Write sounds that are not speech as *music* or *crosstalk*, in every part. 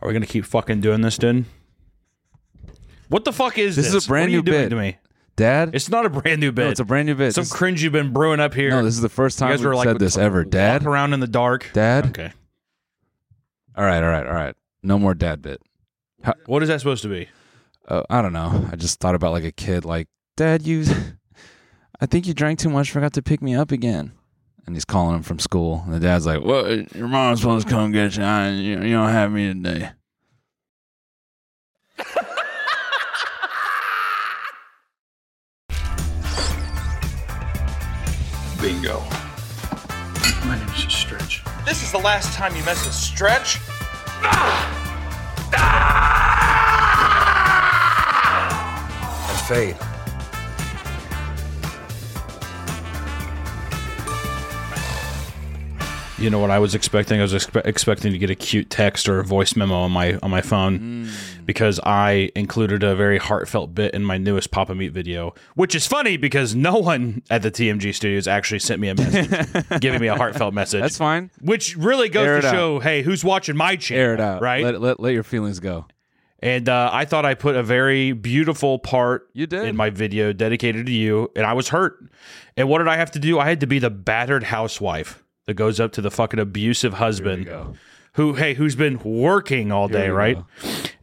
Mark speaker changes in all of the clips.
Speaker 1: Are we gonna keep fucking doing this, dude? What the fuck is
Speaker 2: This
Speaker 1: this?
Speaker 2: is a brand
Speaker 1: What are you
Speaker 2: new
Speaker 1: doing
Speaker 2: bit.
Speaker 1: to me.
Speaker 2: Dad?
Speaker 1: It's not a brand new bit.
Speaker 2: it's a brand new bit.
Speaker 1: Some
Speaker 2: This-
Speaker 1: cringe you've been brewing up here.
Speaker 2: no, this is the first
Speaker 1: you
Speaker 2: time
Speaker 1: guys
Speaker 2: we've
Speaker 1: were like
Speaker 2: said this ever. Dad?
Speaker 1: walk around in the dark.
Speaker 2: Dad?
Speaker 1: Okay.
Speaker 2: All right, all right, all right. No more dad bit.
Speaker 1: What is that supposed to be?
Speaker 2: Uh, I don't know. I just thought about like a kid, like, Dad, you, *laughs* I think you drank too much, forgot to pick me up again. And he's calling him from school. And the dad's like, Well, your mom's supposed to come get you. I, you, you don't have me today.
Speaker 3: Bingo. My name's Stretch.
Speaker 4: This is the last time you mess with Stretch.
Speaker 3: And Fade.
Speaker 1: You know what I was expecting? I was expe- expecting to get a cute text or a voice memo on my on my phone
Speaker 2: Hmm.
Speaker 1: because I included a very heartfelt bit in my newest Papa Meat video, which is funny because no one at the TMG studios actually sent me a
Speaker 2: *laughs*
Speaker 1: message giving me a heartfelt message.
Speaker 2: That's fine.
Speaker 1: Which really goes
Speaker 2: Air it
Speaker 1: to
Speaker 2: out.
Speaker 1: show, hey, who's watching my channel?
Speaker 2: Air it out.
Speaker 1: right?
Speaker 2: Let, let, let your feelings go.
Speaker 1: And uh, I thought I put a very beautiful part
Speaker 2: You did.
Speaker 1: in my video dedicated to you, and I was hurt. And what did I have to do? I had to be the battered housewife that goes up to the fucking abusive husband who, hey, who's been working all day,
Speaker 2: we
Speaker 1: right?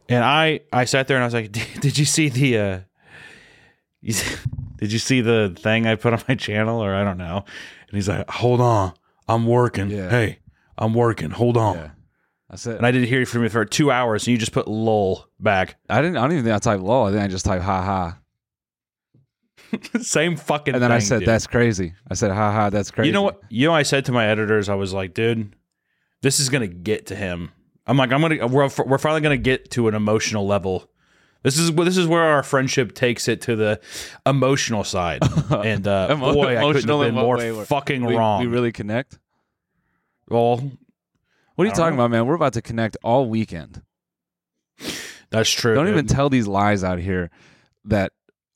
Speaker 1: And I, I sat there and I was like, *laughs* "Did- did you see the, uh, *laughs* you see- did you see the thing I put on my channel? Or I don't know. And he's like, hold on, I'm working.
Speaker 2: Yeah.
Speaker 1: Hey, I'm working. Hold on.
Speaker 2: Yeah. I said,
Speaker 1: And I didn't hear from you for two hours, and you just put lol back. *laughs*
Speaker 2: I didn't, I don't even think I typed lol. I think I just typed ha ha.
Speaker 1: Same fucking.
Speaker 2: And then I
Speaker 1: thing,
Speaker 2: said,
Speaker 1: dude.
Speaker 2: That's crazy. I said, ha ha, that's crazy.
Speaker 1: You know what? You know, I said to my editors, I was like, dude, this is gonna get to him. I'm like, I'm gonna. We're we're finally gonna get to an emotional level. This is this is where our friendship takes it to the
Speaker 2: *laughs*
Speaker 1: emotional side. And uh, *laughs*
Speaker 2: Emo-
Speaker 1: boy, I couldn't have
Speaker 2: emotional in
Speaker 1: been
Speaker 2: what
Speaker 1: more
Speaker 2: way were-
Speaker 1: fucking
Speaker 2: We-
Speaker 1: wrong.
Speaker 2: We really connect.
Speaker 1: well,
Speaker 2: What are you
Speaker 1: I don't
Speaker 2: talking
Speaker 1: know.
Speaker 2: about, man? We're about to connect all weekend.
Speaker 1: that's true.
Speaker 2: Don't
Speaker 1: dude.
Speaker 2: even tell these lies out here that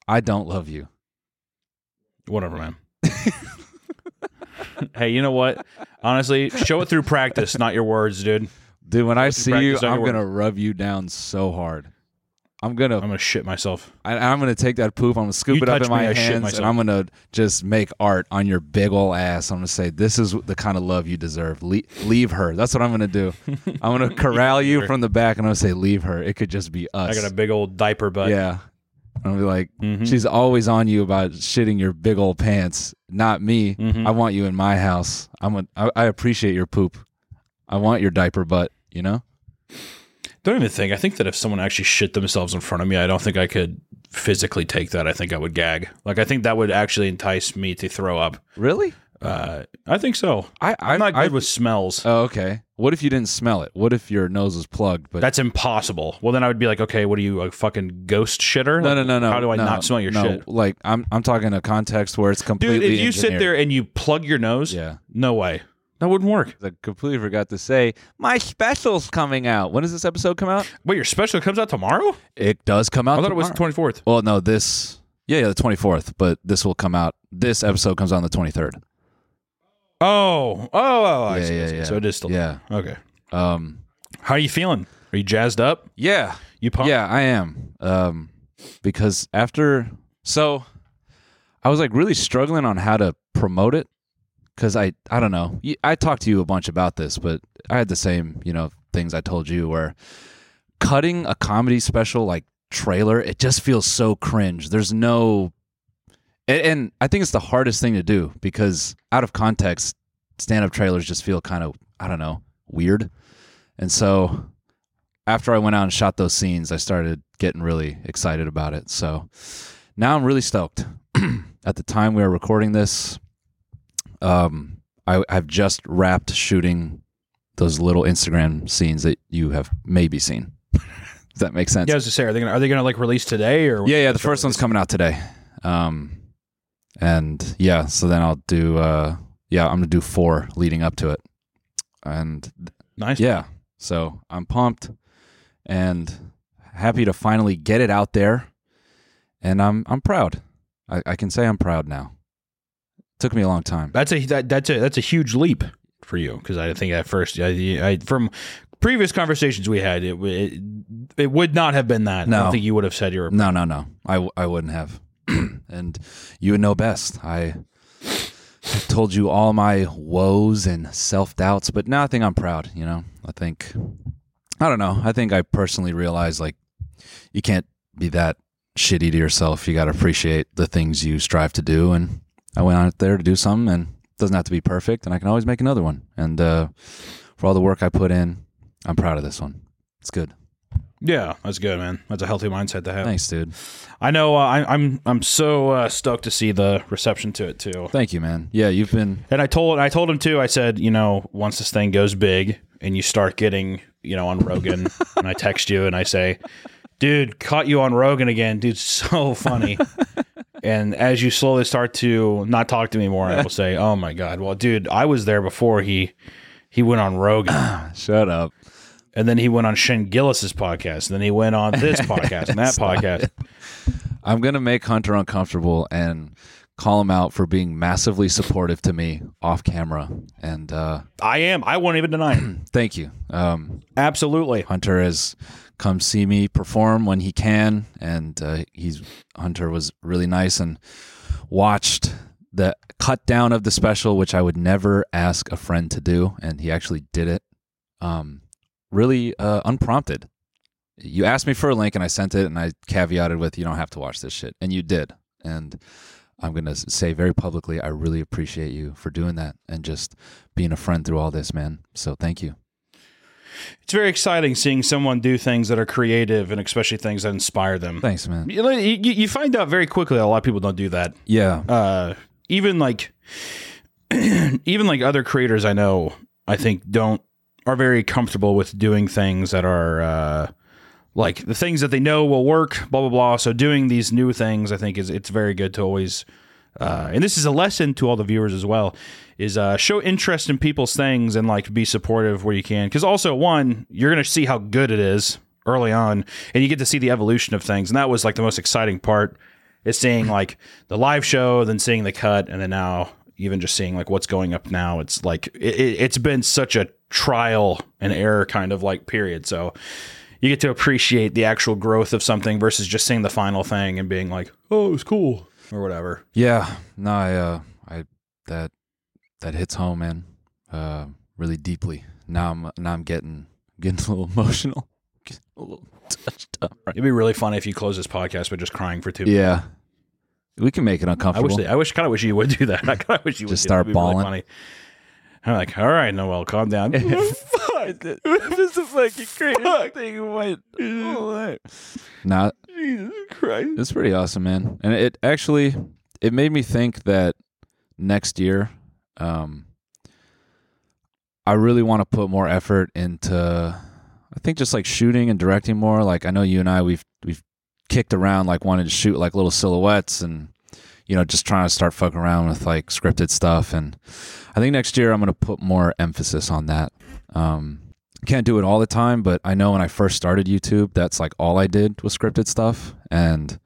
Speaker 2: I don't love you. *laughs*
Speaker 1: whatever, man. hey, you know what? Honestly, show it through practice, not your words, dude.
Speaker 2: Dude, when I see you,
Speaker 1: practice on
Speaker 2: I'm
Speaker 1: your
Speaker 2: going to rub you down so hard. I'm going
Speaker 1: I'm
Speaker 2: to
Speaker 1: gonna shit myself.
Speaker 2: I, I'm going to take that poop, I'm going to scoop
Speaker 1: You
Speaker 2: it up
Speaker 1: touch
Speaker 2: in my
Speaker 1: me, I shit
Speaker 2: hands and
Speaker 1: myself.
Speaker 2: I'm going to just make art on your big ol' ass. I'm going to say this is the kind of love you deserve. Le- leave her. That's what I'm going to
Speaker 1: *laughs*
Speaker 2: do. I'm going to corral you from the back and I'm going to say leave her. It could just be
Speaker 1: I
Speaker 2: us.
Speaker 1: got a big old diaper butt.
Speaker 2: Yeah. And I'll be like,
Speaker 1: Mm-hmm.
Speaker 2: she's always on you about shitting your big old pants. Not me.
Speaker 1: Mm-hmm.
Speaker 2: I want you in my house. I'm a, I, I appreciate your poop. I want your diaper butt, you know?
Speaker 1: Don't even think. I think that if someone actually shit themselves in front of me, I don't think I could physically take that. I think I would gag. Like I think that would actually entice me to throw up.
Speaker 2: Really?
Speaker 1: Uh, I think so.
Speaker 2: I, I,
Speaker 1: I'm not good
Speaker 2: I-
Speaker 1: with smells.
Speaker 2: Oh, okay. What if you didn't smell it? What if your nose was plugged? But
Speaker 1: That's impossible. Well, then I would be like, okay, what are you, a fucking ghost shitter?
Speaker 2: no,
Speaker 1: Like,
Speaker 2: no, no, no.
Speaker 1: How do I
Speaker 2: no,
Speaker 1: not smell your
Speaker 2: no.
Speaker 1: shit?
Speaker 2: Like I'm, I'm talking a context where it's completely.
Speaker 1: Dude, if you sit
Speaker 2: engineered.
Speaker 1: there and you plug your nose,
Speaker 2: yeah.
Speaker 1: no way. That wouldn't work.
Speaker 2: I completely forgot to say my special's coming out. When does this episode come out?
Speaker 1: Wait, your special comes out tomorrow?
Speaker 2: It does come out.
Speaker 1: I thought it was
Speaker 2: tomorrow.
Speaker 1: the 24th.
Speaker 2: Well, no, this yeah, yeah, the twenty fourth, but this will come out. This episode comes out on the twenty third.
Speaker 1: Oh, oh, oh I
Speaker 2: Yeah,
Speaker 1: see, I
Speaker 2: yeah,
Speaker 1: see.
Speaker 2: yeah.
Speaker 1: So it is still.
Speaker 2: Yeah.
Speaker 1: Okay.
Speaker 2: Um,
Speaker 1: How are you feeling? Are you jazzed up?
Speaker 2: yeah,
Speaker 1: You pumped?
Speaker 2: yeah, I am. Um, because after so, I was like really struggling on how to promote it because I I don't know. You- I talked to you a bunch about this, but I had the same you know things I told you where cutting a comedy special like trailer it just feels so cringe. There's no and, and I think it's the hardest thing to do because out of context, stand up trailers just feel kind of, I don't know, weird. And so after I went out and shot those scenes, I started getting really excited about it. So now I'm really stoked. *clears throat* At the time we are recording this, um, I, I've just wrapped shooting those little Instagram scenes that you have maybe seen. *laughs* Does that make sense?
Speaker 1: Yeah, I was just saying, are they gonna are they gonna like release today or
Speaker 2: yeah, yeah. The first one's coming out today. Um, and yeah, so then I'll do. Uh, yeah, I'm gonna do four leading up to it, and
Speaker 1: nice?
Speaker 2: yeah, so I'm pumped and happy to finally get it out there, and I'm I'm proud. I, I can say I'm proud now. Took me a long time.
Speaker 1: That's a that, that's a that's a huge leap for you because I think at first I, I from previous conversations we had it, w- it it would not have been that. I
Speaker 2: No. Mm.
Speaker 1: don't think you would have said you're.
Speaker 2: No, no, no. I, w- I wouldn't have. *clears throat* and you would know best. I have told you all my woes and self doubts, but now I think I'm proud. You know, I think, I don't know. I think I personally realized like you can't be that shitty to yourself. You got to appreciate the things you strive to do. And I went out there to do something and it doesn't have to be perfect. And I can always make another one. And uh, for all the work I put in, I'm proud of this one. It's good.
Speaker 1: Yeah, that's good, man. That's a healthy mindset to have.
Speaker 2: Thanks, dude.
Speaker 1: I know. Uh, I, I'm I'm so uh, stoked to see the reception to it too.
Speaker 2: Thank you, man. Yeah, you've been
Speaker 1: And I told I told him too. I said, you know, once this thing goes big and you start getting, you know, on Rogan, and I text you and I say, dude, caught you on Rogan again, dude, *laughs* so funny. and as you slowly start to not talk to me more, I will say, oh my god, well, dude, I was there before he he went on Rogan,
Speaker 2: Shut up.
Speaker 1: and then he went on Shane Gillis's podcast, and then he went on this podcast and that podcast.
Speaker 2: I'm going to make Hunter uncomfortable and call him out for being massively supportive to me off camera. And uh,
Speaker 1: I am. I won't even deny it.
Speaker 2: thank you. Um,
Speaker 1: Absolutely.
Speaker 2: Hunter has come see me perform when he can. And uh, he's Hunter was really nice and watched the cut down of the special, which I would never ask a friend to do. And he actually did it um, really uh, unprompted. You asked me for a link and I sent it and I caveated with, you don't have to watch this shit. And you did. And I'm going to say very publicly, I really appreciate you for doing that and just being a friend through all this, man. So thank you.
Speaker 1: It's very exciting seeing someone do things that are creative and especially things that inspire them.
Speaker 2: Thanks, man.
Speaker 1: You, know, you- you- you find out very quickly that a lot of people don't do that.
Speaker 2: Yeah.
Speaker 1: Uh, even like, *clears throat* even like other creators I know, I think don't are very comfortable with doing things that are uh, like the things that they know will work. Blah blah blah. So doing these new things, I think is it's very good to always. Uh, and this is a lesson to all the viewers as well is uh, show interest in people's things and like be supportive where you can because also one you're gonna see how good it is early on and you get to see the evolution of things and that was like the most exciting part is seeing like the live show then seeing the cut and then now even just seeing like what's going up now it's like it, it, it's been such a trial and error kind of like period so you get to appreciate the actual growth of something versus just seeing the final thing and being like oh it was cool or whatever
Speaker 2: Yeah, no, I, uh, I that that hits home, man, uh, really deeply. Now I'm now I'm getting getting a little *laughs* emotional, Getting a little touched up. Right?
Speaker 1: It'd be really funny if you close this podcast by just crying for two.
Speaker 2: Yeah, we can make it
Speaker 1: I
Speaker 2: uncomfortable.
Speaker 1: wish they, I wish kind of wish you would do that. *laughs* I kind of wish you would
Speaker 2: Just
Speaker 1: do that.
Speaker 2: start
Speaker 1: It'd be really
Speaker 2: bawling.
Speaker 1: funny. I'm like, all right, Noel, calm
Speaker 2: *laughs*
Speaker 1: down. Fuck. *laughs* this is fucking crazy. Thing went.
Speaker 2: Nah,
Speaker 1: Jesus Christ.
Speaker 2: It's pretty awesome, man. And it actually it made me think that next year, um, I really want to put more effort into. I think just like shooting and directing more. Like I know you and I we've we've kicked around like wanted to shoot like little silhouettes and you know just trying to start fucking around with like scripted stuff. And I think next year I'm gonna put more emphasis on that. Um, can't do it all the time, but I know when I first started YouTube, that's like all I did was scripted stuff. And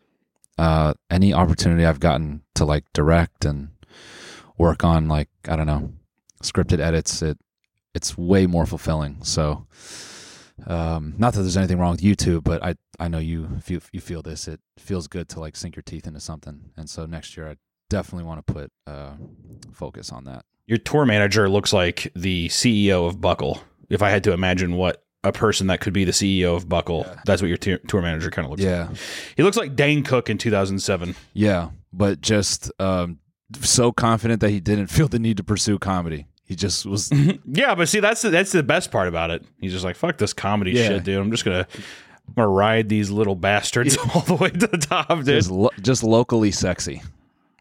Speaker 2: uh, any opportunity I've gotten to like direct and work on like I don't know scripted edits, it it's way more fulfilling. So, um, not that there's anything wrong with YouTube, but I I know you if you, you feel this, it feels good to like sink your teeth into something. And so next year, I definitely want to put uh, focus on that.
Speaker 1: Your tour manager looks like the CEO of Buckle. If I had to imagine what a person that could be the CEO of Buckle, that's what your tour tour manager kind of looks
Speaker 2: Yeah.
Speaker 1: like. He looks like Dane Cook in 2007.
Speaker 2: Yeah, but just um, so confident that he didn't feel the need to pursue comedy. He just
Speaker 1: *laughs*
Speaker 2: was.
Speaker 1: Yeah, but see, that's the, that's the best part about it. He's just like, fuck this comedy
Speaker 2: Yeah.
Speaker 1: shit, dude. I'm just gonna I'm gonna ride these little bastards *laughs* all the way to the top, dude.
Speaker 2: just, lo- just locally sexy,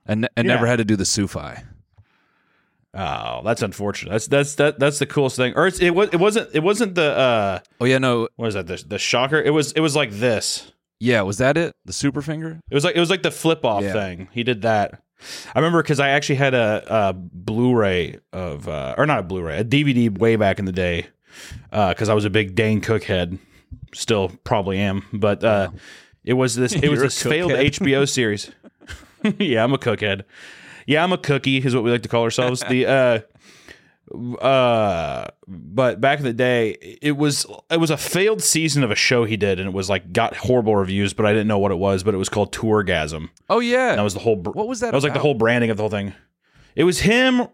Speaker 2: and and
Speaker 1: Yeah.
Speaker 2: never had to do the Sufi.
Speaker 1: Oh, that's unfortunate. That's that's that that's the coolest thing. Or it's, it was it wasn't it wasn't the uh
Speaker 2: Oh yeah, no,
Speaker 1: what is that the the shocker? It was it was like this.
Speaker 2: yeah. Was that it? The super finger?
Speaker 1: It was like it was like the flip off
Speaker 2: Yeah.
Speaker 1: thing. He did that. I remember because I actually had a, a Blu-ray of uh, or not a Blu-ray, a DVD way back in the day because uh, I was a big Dane Cook head. Still probably am, but uh, it was this. It was
Speaker 2: You're a
Speaker 1: this failed
Speaker 2: cookhead. *laughs*
Speaker 1: HBO series. *laughs* yeah, I'm a cookhead. Yeah, I'm a cookie is what we like to call ourselves. the uh, uh but back in the day it was it was a failed season of a show he did and it was like got horrible reviews but i didn't know what it was but it was called tourgasm
Speaker 2: Oh yeah.
Speaker 1: that was the whole br-
Speaker 2: What was that
Speaker 1: that was like the
Speaker 2: about?
Speaker 1: whole branding of the whole thing it was him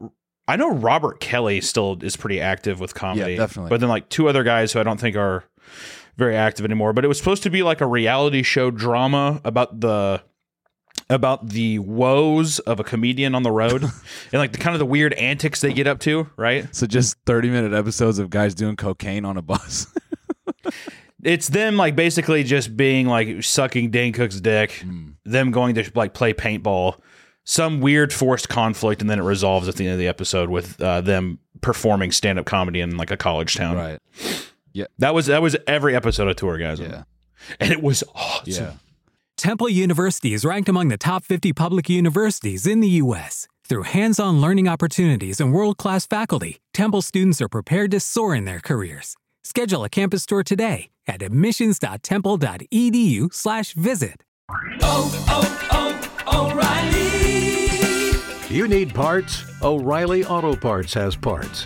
Speaker 1: i know robert kelly still is pretty active with comedy
Speaker 2: definitely.
Speaker 1: but then like two other guys who i don't think are very active anymore but it was supposed to be like a reality show drama about the about the woes of a comedian on
Speaker 2: *laughs*
Speaker 1: the road and like the kind of the weird antics they get up to right
Speaker 2: so just thirty minute episodes of guys doing cocaine on a bus. *laughs*
Speaker 1: it's them like basically just being like sucking Dane Cook's dick,
Speaker 2: Hmm.
Speaker 1: them going to like play paintball, some weird forced conflict, and then it resolves at the end of the episode with uh, them performing stand up comedy in like a college town.
Speaker 2: right.
Speaker 1: That was that was every episode of Tourgasm.
Speaker 2: Yeah.
Speaker 1: And it was awesome.
Speaker 2: Yeah.
Speaker 5: Temple University is ranked among the top 50 public universities in the U.S. Through hands on learning opportunities and world class faculty, Temple students are prepared to soar in their careers. Schedule a campus tour today at admissions.temple.edu E slash visit.
Speaker 6: You need parts? O'Reilly Auto Parts has parts.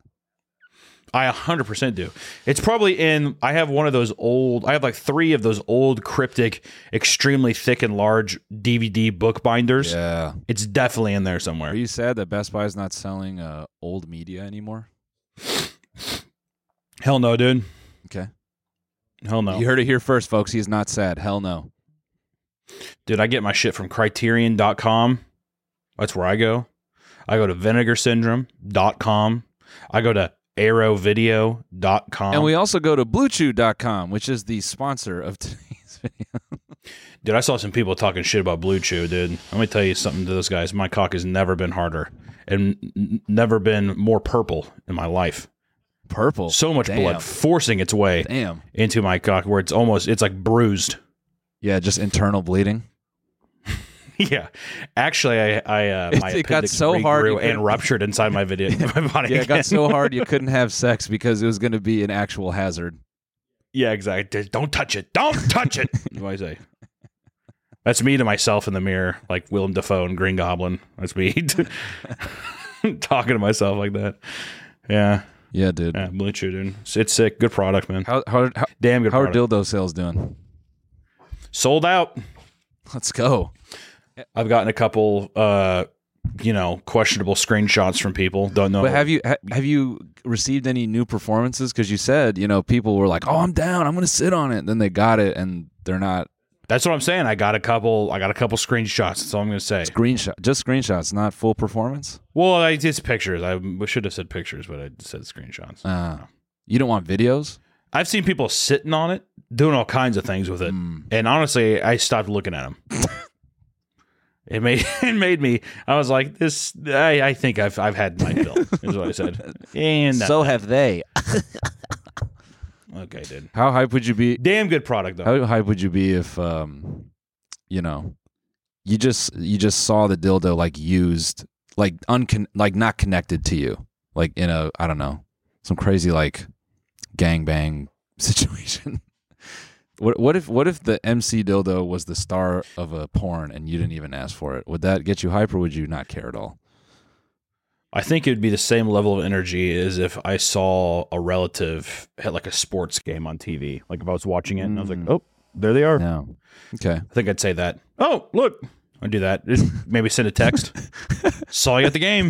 Speaker 1: I 100% do. It's probably in, I have one of those old, I have like three of those old cryptic, extremely thick and large DVD book binders.
Speaker 2: Yeah.
Speaker 1: It's definitely in there somewhere.
Speaker 2: Are you sad that Best Buy is not selling uh, old media anymore?
Speaker 1: Hell no, dude.
Speaker 2: Okay.
Speaker 1: Hell no.
Speaker 2: You heard it here first, folks. He is not sad. Hell no.
Speaker 1: Dude, I get my shit from criterion.com. That's where I go. I go to vinegarsyndrome.com. I go to arrowvideo.com.
Speaker 2: and we also go to bluechew.com, which is the sponsor of *laughs* today's video.
Speaker 1: dude, I saw some people talking shit about Blue Chew, dude. Let me tell you something to those guys. My cock has never been harder and n- never been more purple in my life.
Speaker 2: Purple.
Speaker 1: So much
Speaker 2: Damn.
Speaker 1: blood forcing its way
Speaker 2: Damn.
Speaker 1: into my cock where it's almost, it's like bruised. *laughs*
Speaker 2: Yeah, just internal bleeding.
Speaker 1: Yeah, actually, I, I uh, my
Speaker 2: It got
Speaker 1: appendix
Speaker 2: so hard
Speaker 1: regrew
Speaker 2: you couldn't-
Speaker 1: and ruptured inside my video, *laughs* my body.
Speaker 2: Yeah, it
Speaker 1: again.
Speaker 2: got so hard *laughs* you couldn't have sex because it was going to be an actual hazard.
Speaker 1: Yeah, exactly. Don't touch it. Don't
Speaker 2: *laughs*
Speaker 1: touch it. what do I say? That's me to myself in the mirror, like Willem Dafoe and Green Goblin. That's me *laughs* talking to myself like that. Yeah,
Speaker 2: Yeah, dude.
Speaker 1: yeah Blue Chew, dude. It's, it's sick. Good product, man.
Speaker 2: How, how, how,
Speaker 1: Damn good
Speaker 2: how are
Speaker 1: product.
Speaker 2: dildo sales doing?
Speaker 1: Sold out.
Speaker 2: Let's go.
Speaker 1: I've gotten a couple, uh, you know, questionable screenshots from people. Don't know.
Speaker 2: But have you ha- have you received any new performances? Because you said you know people were like, "Oh, I'm down. I'm going to sit on it." Then they got it, and they're not
Speaker 1: That's what I'm saying. I got a couple. I got a couple screenshots. That's all I'm gonna say.
Speaker 2: screenshot, just screenshots, not full performance.
Speaker 1: Well, I, it's pictures. I should have said pictures, but I said screenshots.
Speaker 2: Uh, you don't want videos.
Speaker 1: I've seen people sitting on it, doing all kinds of things with it, and honestly, I stopped looking at them. it made *laughs* it made me. I was like, this. I, I think I've I've had my fill. is what I said. And so
Speaker 2: have they.
Speaker 1: okay, dude.
Speaker 2: How hype would you be?
Speaker 1: Damn good product though.
Speaker 2: How hype would you be if, um, you know, you just you just saw the dildo like used, like uncon, like not connected to you, like in a I don't know, some crazy like gang bang *laughs* situation. What, what if what if the MC dildo was the star of a porn and you didn't even ask for it? Would that get you hype or would you not care at all?
Speaker 1: I think it would be the same level of energy as if I saw a relative at like a sports game on TV. Like if I was watching it and I was like, oh, there they are.
Speaker 2: No. Okay.
Speaker 1: I think I'd say that. Oh, look, I do that. Just Maybe send a *laughs* text. Saw you at the *laughs* game.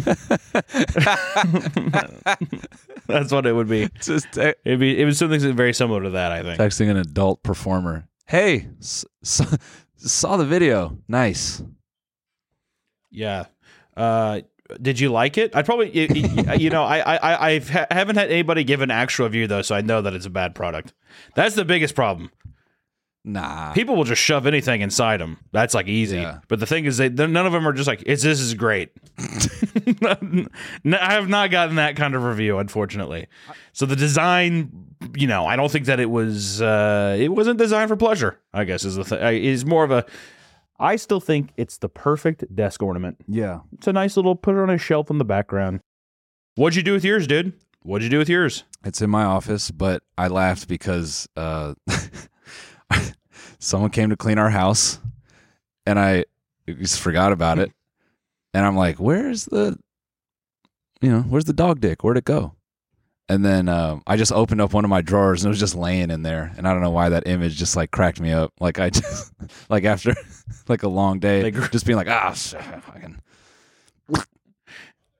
Speaker 1: That's what it would be.
Speaker 2: Just te-
Speaker 1: It'd be it was something very similar to that. I think.
Speaker 2: texting an adult performer. Hey, s- s- saw the video. Nice.
Speaker 1: Yeah. Uh, did you like it? I probably y- y- uh, you know I I I I've, ha- I haven't had anybody give an actual review though, so I know that it's a bad product. That's the biggest problem.
Speaker 2: Nah.
Speaker 1: People will just shove anything inside them. That's like easy.
Speaker 2: Yeah.
Speaker 1: But the thing is, they they're- none of them are just like, "Is this is great." *laughs* No, I have not gotten that kind of review, unfortunately. So the design, you know, I don't think that it was. Uh, it wasn't designed for pleasure. I guess is the thing. Is more of a. I still think it's the perfect desk ornament.
Speaker 2: Yeah.
Speaker 1: It's a nice little put it on a shelf in the background. What'd you do with yours, dude? What'd you do with yours?
Speaker 2: It's in my office, but I laughed because uh, *laughs* someone came to clean our house, and I just forgot about it. And I'm like, "Where's the, you know, where's the dog dick? Where'd it go?" And then um, I just opened up one of my drawers, and it was just laying in there. And I don't know why that image just like cracked me up. Like I just *laughs* like after like a long day,
Speaker 1: Like-
Speaker 2: just being like, "Ah, shit, fucking."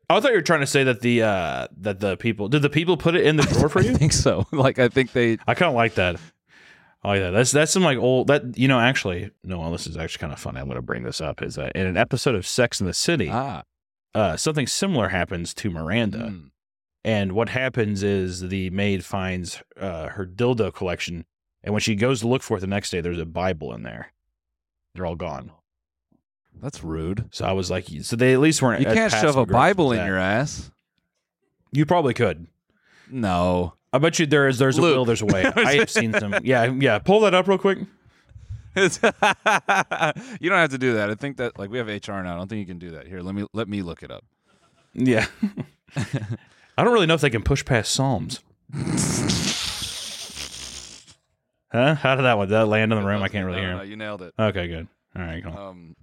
Speaker 1: I thought you were trying to say that the uh that the people did the people put it in the drawer for
Speaker 2: I
Speaker 1: you?
Speaker 2: think so. *laughs* Like I think they
Speaker 1: I kind of like that. I like that. That's that's some like old that you know. Actually, no. Well, this is actually kind of funny. I'm going to bring this up. Is that in an episode of Sex in the City,
Speaker 2: ah
Speaker 1: uh, something similar happens to Miranda,
Speaker 2: mm,
Speaker 1: and what happens is the maid finds uh, her dildo collection, and when she goes to look for it the next day, there's a Bible in there. They're all gone.
Speaker 2: that's rude.
Speaker 1: So I was like, so they at least weren't.
Speaker 2: You
Speaker 1: as
Speaker 2: can't shove a
Speaker 1: passive-aggressive
Speaker 2: Bible
Speaker 1: as
Speaker 2: in
Speaker 1: that.
Speaker 2: your ass.
Speaker 1: You probably could.
Speaker 2: *laughs* No.
Speaker 1: I bet you there is. There's
Speaker 2: Luke.
Speaker 1: a will. There's a way. I have seen
Speaker 2: *laughs*
Speaker 1: some. Yeah, yeah. Pull that up real quick.
Speaker 2: It's- you don't have to do that. I think that like we have HR now. I don't think you can do that. Here, let me let me look it up.
Speaker 1: Yeah. *laughs* I don't really know if they can push past Psalms. huh? How did that one? Did that land in the room? I can't really
Speaker 2: No,
Speaker 1: hear
Speaker 2: no,
Speaker 1: him.
Speaker 2: you nailed it.
Speaker 1: Okay, good. All right, cool.
Speaker 2: Um,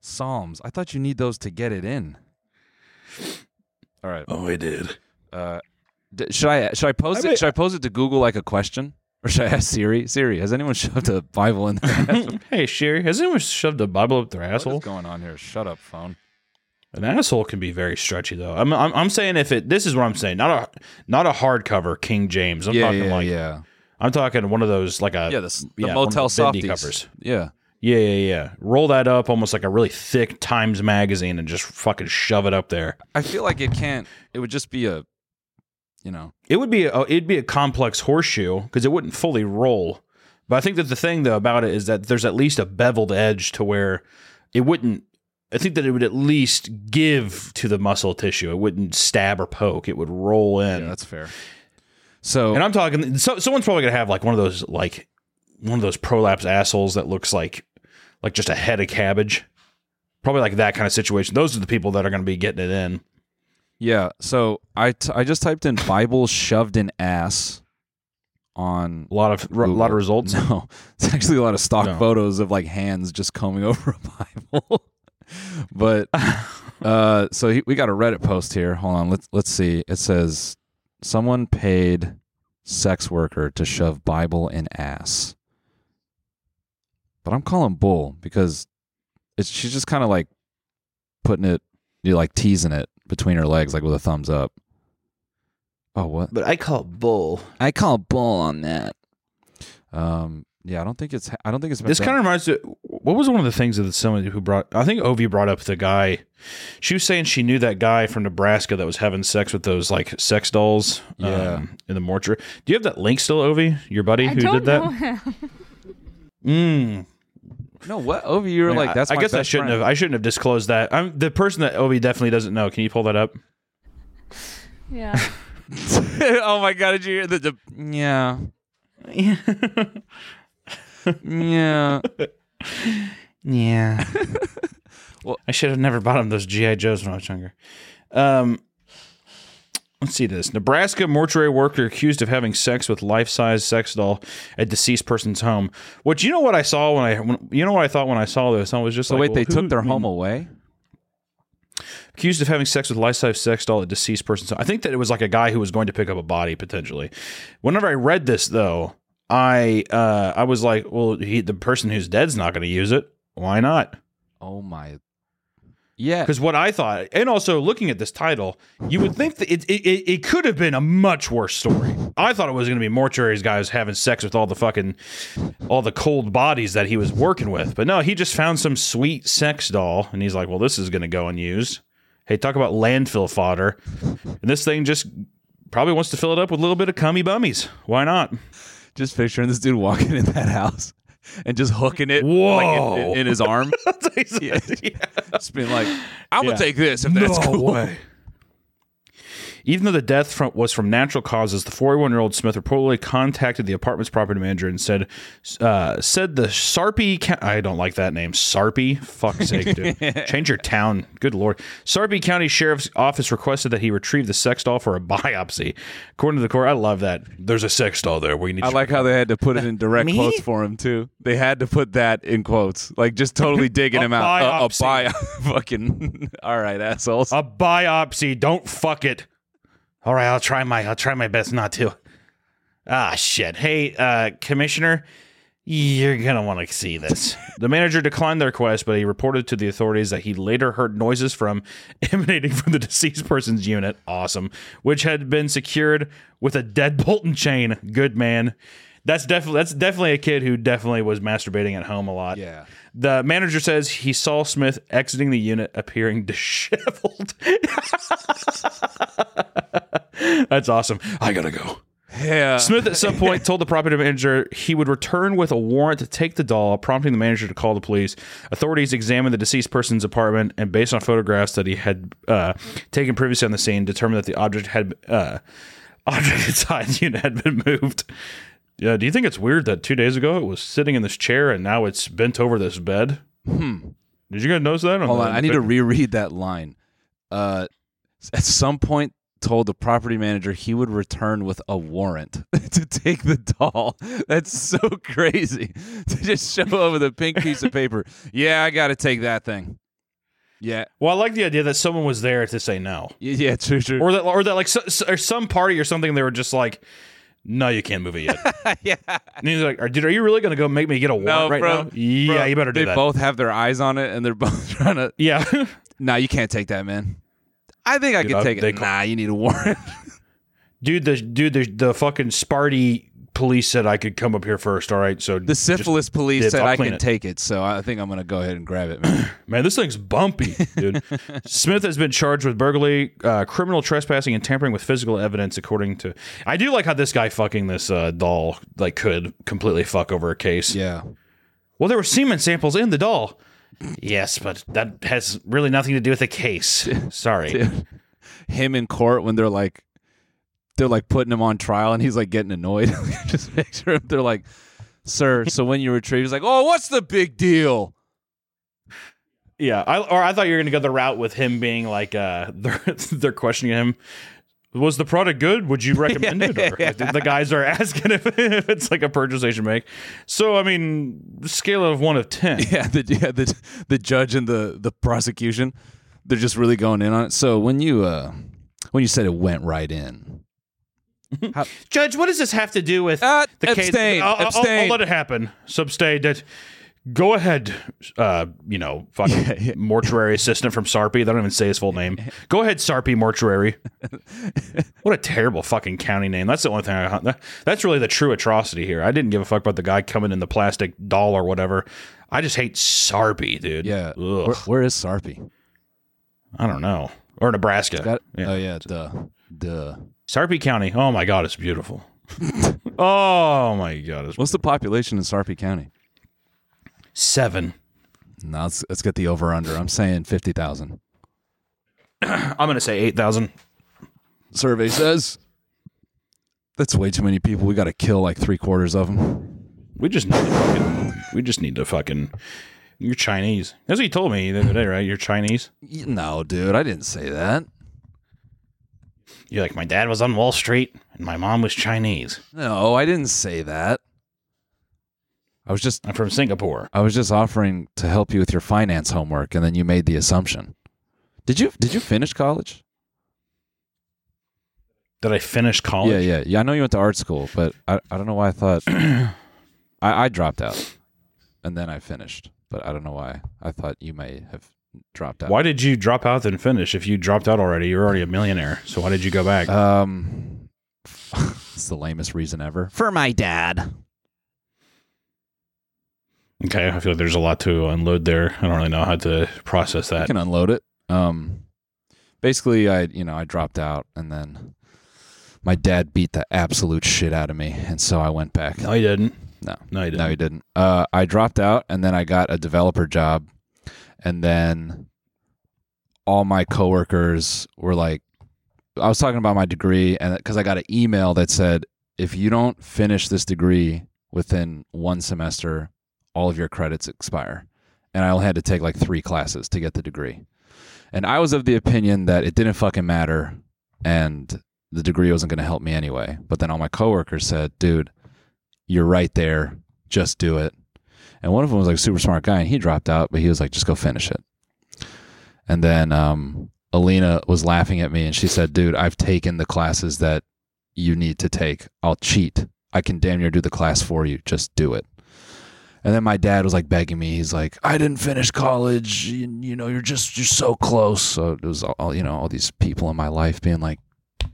Speaker 2: Psalms. I thought you need those to get it in. All right.
Speaker 1: Oh, it did.
Speaker 2: Uh, d- should I should I pose
Speaker 1: I
Speaker 2: it?
Speaker 1: mean-
Speaker 2: should I pose it to Google like a question, or should I ask Siri? Siri, has anyone *laughs* shoved a Bible in
Speaker 1: *laughs*
Speaker 2: their ass?
Speaker 1: Hey, Sherry, has anyone shoved a Bible up their asshole?
Speaker 2: What's going on here? Shut up, phone.
Speaker 1: An asshole can be very stretchy, though. I'm, I'm, I'm saying if it. This is what I'm saying. Not a, not a hardcover King James. I'm
Speaker 2: yeah,
Speaker 1: talking
Speaker 2: yeah,
Speaker 1: like.
Speaker 2: yeah,
Speaker 1: I'm talking one of those like a.
Speaker 2: yeah. The, s- the
Speaker 1: yeah, one of
Speaker 2: motel
Speaker 1: the bendy
Speaker 2: softies.
Speaker 1: covers.
Speaker 2: Yeah.
Speaker 1: Yeah, yeah, yeah. Roll that up almost like a really thick Times magazine and just fucking shove it up there.
Speaker 2: I feel like it can't. It would just be a, you know,
Speaker 1: It would be a, it'd be a complex horseshoe because it wouldn't fully roll. But I think that the thing though about it is that there's at least a beveled edge to where it wouldn't. I think that it would at least give to the muscle tissue. It wouldn't stab or poke. It would roll in.
Speaker 2: yeah, that's fair. So
Speaker 1: and I'm talking. So, someone's probably gonna have like one of those like one of those prolapse assholes that looks like like just a head of cabbage. Probably like that kind of situation. Those are the people that are gonna be getting it in.
Speaker 2: yeah, so I t- I just typed in Bible shoved in ass on
Speaker 1: A lot of a
Speaker 2: Google.
Speaker 1: lot of results.
Speaker 2: *laughs* No, it's actually a lot of stock
Speaker 1: No.
Speaker 2: photos of like hands just combing *laughs* over a Bible. but uh, so he, we got a Reddit post here. Hold on, let's let's see. It says someone paid sex worker to shove Bible in ass. But I'm calling bull because it's she's just kind of like putting it, you know, like teasing it between her legs, like with a thumbs up. Oh, what?
Speaker 1: But I call it bull.
Speaker 2: I call bull on that. Um. Yeah, I don't think it's. I don't think it's. been
Speaker 1: This
Speaker 2: done.
Speaker 1: kind of reminds me. What was one of the things that somebody who brought? I think Ovi brought up the guy. She was saying she knew that guy from Nebraska that was having sex with those like sex dolls. um,
Speaker 2: Yeah.
Speaker 1: in the mortuary. Do you have that link still, Ovi? Your buddy who did that? Mm.
Speaker 2: no. What over? You were
Speaker 1: Man,
Speaker 2: like
Speaker 1: I-
Speaker 2: that's.
Speaker 1: I
Speaker 2: my
Speaker 1: guess I
Speaker 2: best
Speaker 1: shouldn't
Speaker 2: friend.
Speaker 1: have. I shouldn't have disclosed that. I'm the person that Ovi definitely doesn't know. Can you pull that up?
Speaker 7: *laughs*
Speaker 1: *laughs*
Speaker 7: yeah.
Speaker 2: *laughs* oh my god! Did you hear the? the yeah. *laughs* Yeah.
Speaker 1: Yeah.
Speaker 2: Well-
Speaker 1: I should have never bought him those GI Joes when I was younger. Um, let's see this. Nebraska mortuary worker accused of having sex with life-size sex doll at deceased person's home. Which you know what I saw when I when, you know what I thought when I saw this. I was just
Speaker 2: So
Speaker 1: like,
Speaker 2: wait, they
Speaker 1: well, who-
Speaker 2: took *laughs* their
Speaker 1: I mean,
Speaker 2: home away.
Speaker 1: accused of having sex with life-size sex doll at deceased person's home. I think that it was like a guy who was going to pick up a body potentially. Whenever I read this though, I uh, I was like, well, he, the person who's dead's not going to use it. Why not?
Speaker 2: Oh my. Yeah.
Speaker 1: Because what I thought, and also looking at this title, you would think that it it, it, it could have been a much worse story. I thought it was going to be mortuary's guys having sex with all the fucking all the cold bodies that he was working with, but no, he just found some sweet sex doll, and he's like, "Well, this is going to go unused." Hey, talk about landfill fodder, and this thing just probably wants to fill it up with a little bit of cummy bummies. Why not? *laughs*
Speaker 2: Just picturing this dude walking *laughs* in that house and just hooking it like, in-
Speaker 1: Whoa.
Speaker 2: in, in his *laughs* arm.
Speaker 1: That's what he said. Yeah.
Speaker 2: Just being like, I would
Speaker 1: Yeah.
Speaker 2: take this if that's cool.
Speaker 1: way. Even though the death from, was from natural causes, the 41 year old Smith reportedly contacted the apartment's property manager and said, uh, "said the Sarpy. Co- I don't like that name, Sarpy. Fuck's
Speaker 2: *laughs*
Speaker 1: sake, dude. Change your town. Good lord. Sarpy County Sheriff's Office requested that he retrieve the sex doll for a *laughs* biopsy. According to the court, I love that. There's a sex doll there. We need.
Speaker 2: I
Speaker 1: to-
Speaker 2: like how they had to put it in direct quotes for him too. They had to put that in quotes, like just totally digging
Speaker 1: *laughs* A
Speaker 2: him out. A- A,
Speaker 1: biopsy.
Speaker 2: bio, *laughs* fucking all right, assholes.
Speaker 1: a biopsy. Don't fuck it. All right, I'll try my I'll try my best not to. Ah shit. Hey, uh commissioner, you're going to want to see this. *laughs* the manager declined the request, but he reported to the authorities that he later heard noises from *laughs* emanating from the deceased person's unit. Awesome, which had been secured with a deadbolt and chain. Good man. That's definitely that's definitely a kid who definitely was masturbating at home a lot.
Speaker 2: Yeah.
Speaker 1: The manager says he saw Smith exiting the unit appearing *laughs* disheveled. *laughs* That's awesome. I gotta go.
Speaker 2: Yeah.
Speaker 1: Smith
Speaker 2: *laughs*
Speaker 1: at some point told the property manager he would return with a warrant to take the doll, prompting the manager to call the police. Authorities examined the deceased person's apartment and, based on photographs that he had uh, taken previously on the scene, determined that the object had uh, *laughs* object inside the unit had been moved. Yeah, do you think it's weird that two days ago it was sitting in this chair and now it's bent over this bed? Hmm. Did you guys notice that?
Speaker 2: Hold
Speaker 1: the-
Speaker 2: on, I need to reread that line. Uh, at some point, told the property manager he would return with a warrant *laughs* to take the doll. That's so *laughs* crazy to just show over the pink piece of paper. Yeah, I got to take that thing. Yeah,
Speaker 1: Well, I like the idea that someone was there to say no.
Speaker 2: Y- yeah, true, true.
Speaker 1: *laughs* or that or that like so, so- or some party or something they were just like no you can't move it yet
Speaker 2: *laughs* yeah,
Speaker 1: and he's like "Are- dude are you really gonna go make me get a warrant right now yeah
Speaker 2: bro,
Speaker 1: you better do
Speaker 2: They
Speaker 1: that
Speaker 2: both have their eyes on it, and they're *laughs* both trying
Speaker 1: *laughs*
Speaker 2: to.
Speaker 1: yeah
Speaker 2: Nah, you can't take that, man. I think I
Speaker 1: Dude,
Speaker 2: can
Speaker 1: I-
Speaker 2: take
Speaker 1: they
Speaker 2: it.
Speaker 1: call-
Speaker 2: Nah, you need a warrant. *laughs*
Speaker 1: dude the dude the, the fucking sparty police said i could come up here first all right so
Speaker 2: The syphilis police
Speaker 1: dibs,
Speaker 2: said
Speaker 1: I'll
Speaker 2: I
Speaker 1: clean
Speaker 2: can
Speaker 1: it.
Speaker 2: take it, so I think I'm gonna go ahead and grab it,
Speaker 1: *clears throat*
Speaker 2: man.
Speaker 1: Man, this thing's bumpy,
Speaker 2: *laughs*
Speaker 1: dude. Smith has been charged with burglary, uh, criminal trespassing, and tampering with physical evidence, according to. I do like how this guy fucking this uh, doll like could completely fuck over a case.
Speaker 2: yeah.
Speaker 1: Well, there were semen samples in the doll. Yes, but that has really nothing to do with the case. Sorry.
Speaker 2: Him in court when they're like they're like putting him on trial and he's like getting annoyed. *laughs* Just picture him. They're like, Sir, so when you retrieve, he's like, Oh, what's the big deal? *laughs*
Speaker 1: Yeah, I, or I thought you were gonna go the route with him being like, uh, *laughs* they're they're questioning him. Was the product good? Would you recommend it? Or like, the guys are *laughs* asking if, if it's like a purchase they should make. So I mean, scale of one of ten.
Speaker 2: Yeah, the yeah, the the judge and the, the prosecution, they're just really going in on it. So when you uh when you said it went right in.
Speaker 1: Judge, what does this have to do with
Speaker 2: Uh,
Speaker 1: the case?
Speaker 2: abstain,
Speaker 1: I'll, I'll- I'll- I'll,
Speaker 2: abstain.
Speaker 1: let it happen. Substate that. Go ahead, uh, you know, fucking
Speaker 2: *laughs* yeah.
Speaker 1: mortuary assistant from Sarpy. They don't even say his full name. Go ahead, Sarpy
Speaker 2: *laughs*
Speaker 1: Mortuary. what a terrible fucking county name. That's the only thing I. that- That's really the true atrocity here. I didn't give a fuck about the guy coming in the plastic doll or whatever. I just hate Sarpy, dude.
Speaker 2: Yeah. Where,
Speaker 1: Ugh.
Speaker 2: where is Sarpy?
Speaker 1: I don't know. Or Nebraska.
Speaker 2: Got-
Speaker 1: Yeah.
Speaker 2: Oh yeah, duh. Duh.
Speaker 1: Sarpy County. Oh my God, it's beautiful. *laughs* oh my God, it's
Speaker 2: What's the population in Sarpy County?
Speaker 1: seven.
Speaker 2: No, let's, let's get the over under. I'm saying 50,000.
Speaker 1: I'm gonna say eight thousand.
Speaker 2: Survey says that's way too many people. We got to kill like three quarters of them.
Speaker 1: We just need to fucking. We just need to fucking. You're Chinese. That's what you told me the other day, right? You're Chinese.
Speaker 2: No, dude, I didn't say that.
Speaker 1: You're like my dad was on Wall Street and my mom was Chinese.
Speaker 2: No, I didn't say that. I was just
Speaker 1: I'm from Singapore.
Speaker 2: I was just offering to help you with your finance homework and then you made the assumption. Did you did you finish college?
Speaker 1: Did I finish college?
Speaker 2: Yeah, yeah. Yeah, I know you went to art school, *clears throat* but I, I don't know why I thought I, I dropped out and then I finished. but I don't know why. I thought you may have dropped out.
Speaker 1: Why did you drop out then finish? If you dropped out already, you're already a millionaire. So why did you go back?
Speaker 2: Um, it's the lamest reason ever. For my dad.
Speaker 1: okay, I feel like there's a lot to unload there. I don't really know how to process
Speaker 2: I
Speaker 1: that.
Speaker 2: can unload it. Um, basically, I you know I dropped out, and then my dad beat the absolute shit out of me, and so I went back.
Speaker 1: No, you didn't.
Speaker 2: No.
Speaker 1: no, you didn't.
Speaker 2: No, he didn't. Uh, I dropped out, and then I got a developer job, and then all my coworkers were like, I was talking about my degree, and because I got an email that said, if you don't finish this degree within one semester, all of your credits expire, and I only had to take like three classes to get the degree, and I was of the opinion that it didn't fucking matter, and the degree wasn't going to help me anyway. But then all my coworkers said, dude you're right there. Just do it. And one of them was like a super smart guy, and he dropped out, but he was like, just go finish it. And then um, Alina was laughing at me, and she said, dude, I've taken the classes that you need to take. I'll cheat. I can damn near do the class for you. Just do it. And then my dad was like begging me. He's like, I didn't finish college. You, you know, you're just, you're so close. So it was all, you know, all these people in my life being like,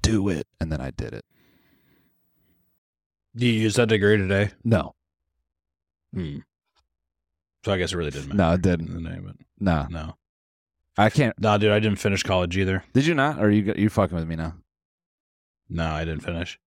Speaker 2: do it. And then I did it.
Speaker 1: Do you use that degree today?
Speaker 2: No,
Speaker 1: Hmm. So I guess it really didn't matter.
Speaker 2: No, it didn't.
Speaker 1: The name, but
Speaker 2: no,
Speaker 1: no,
Speaker 2: I can't.
Speaker 1: no, dude, I didn't finish college either.
Speaker 2: Did you not? Or you you fucking with me now?
Speaker 1: No, I didn't finish.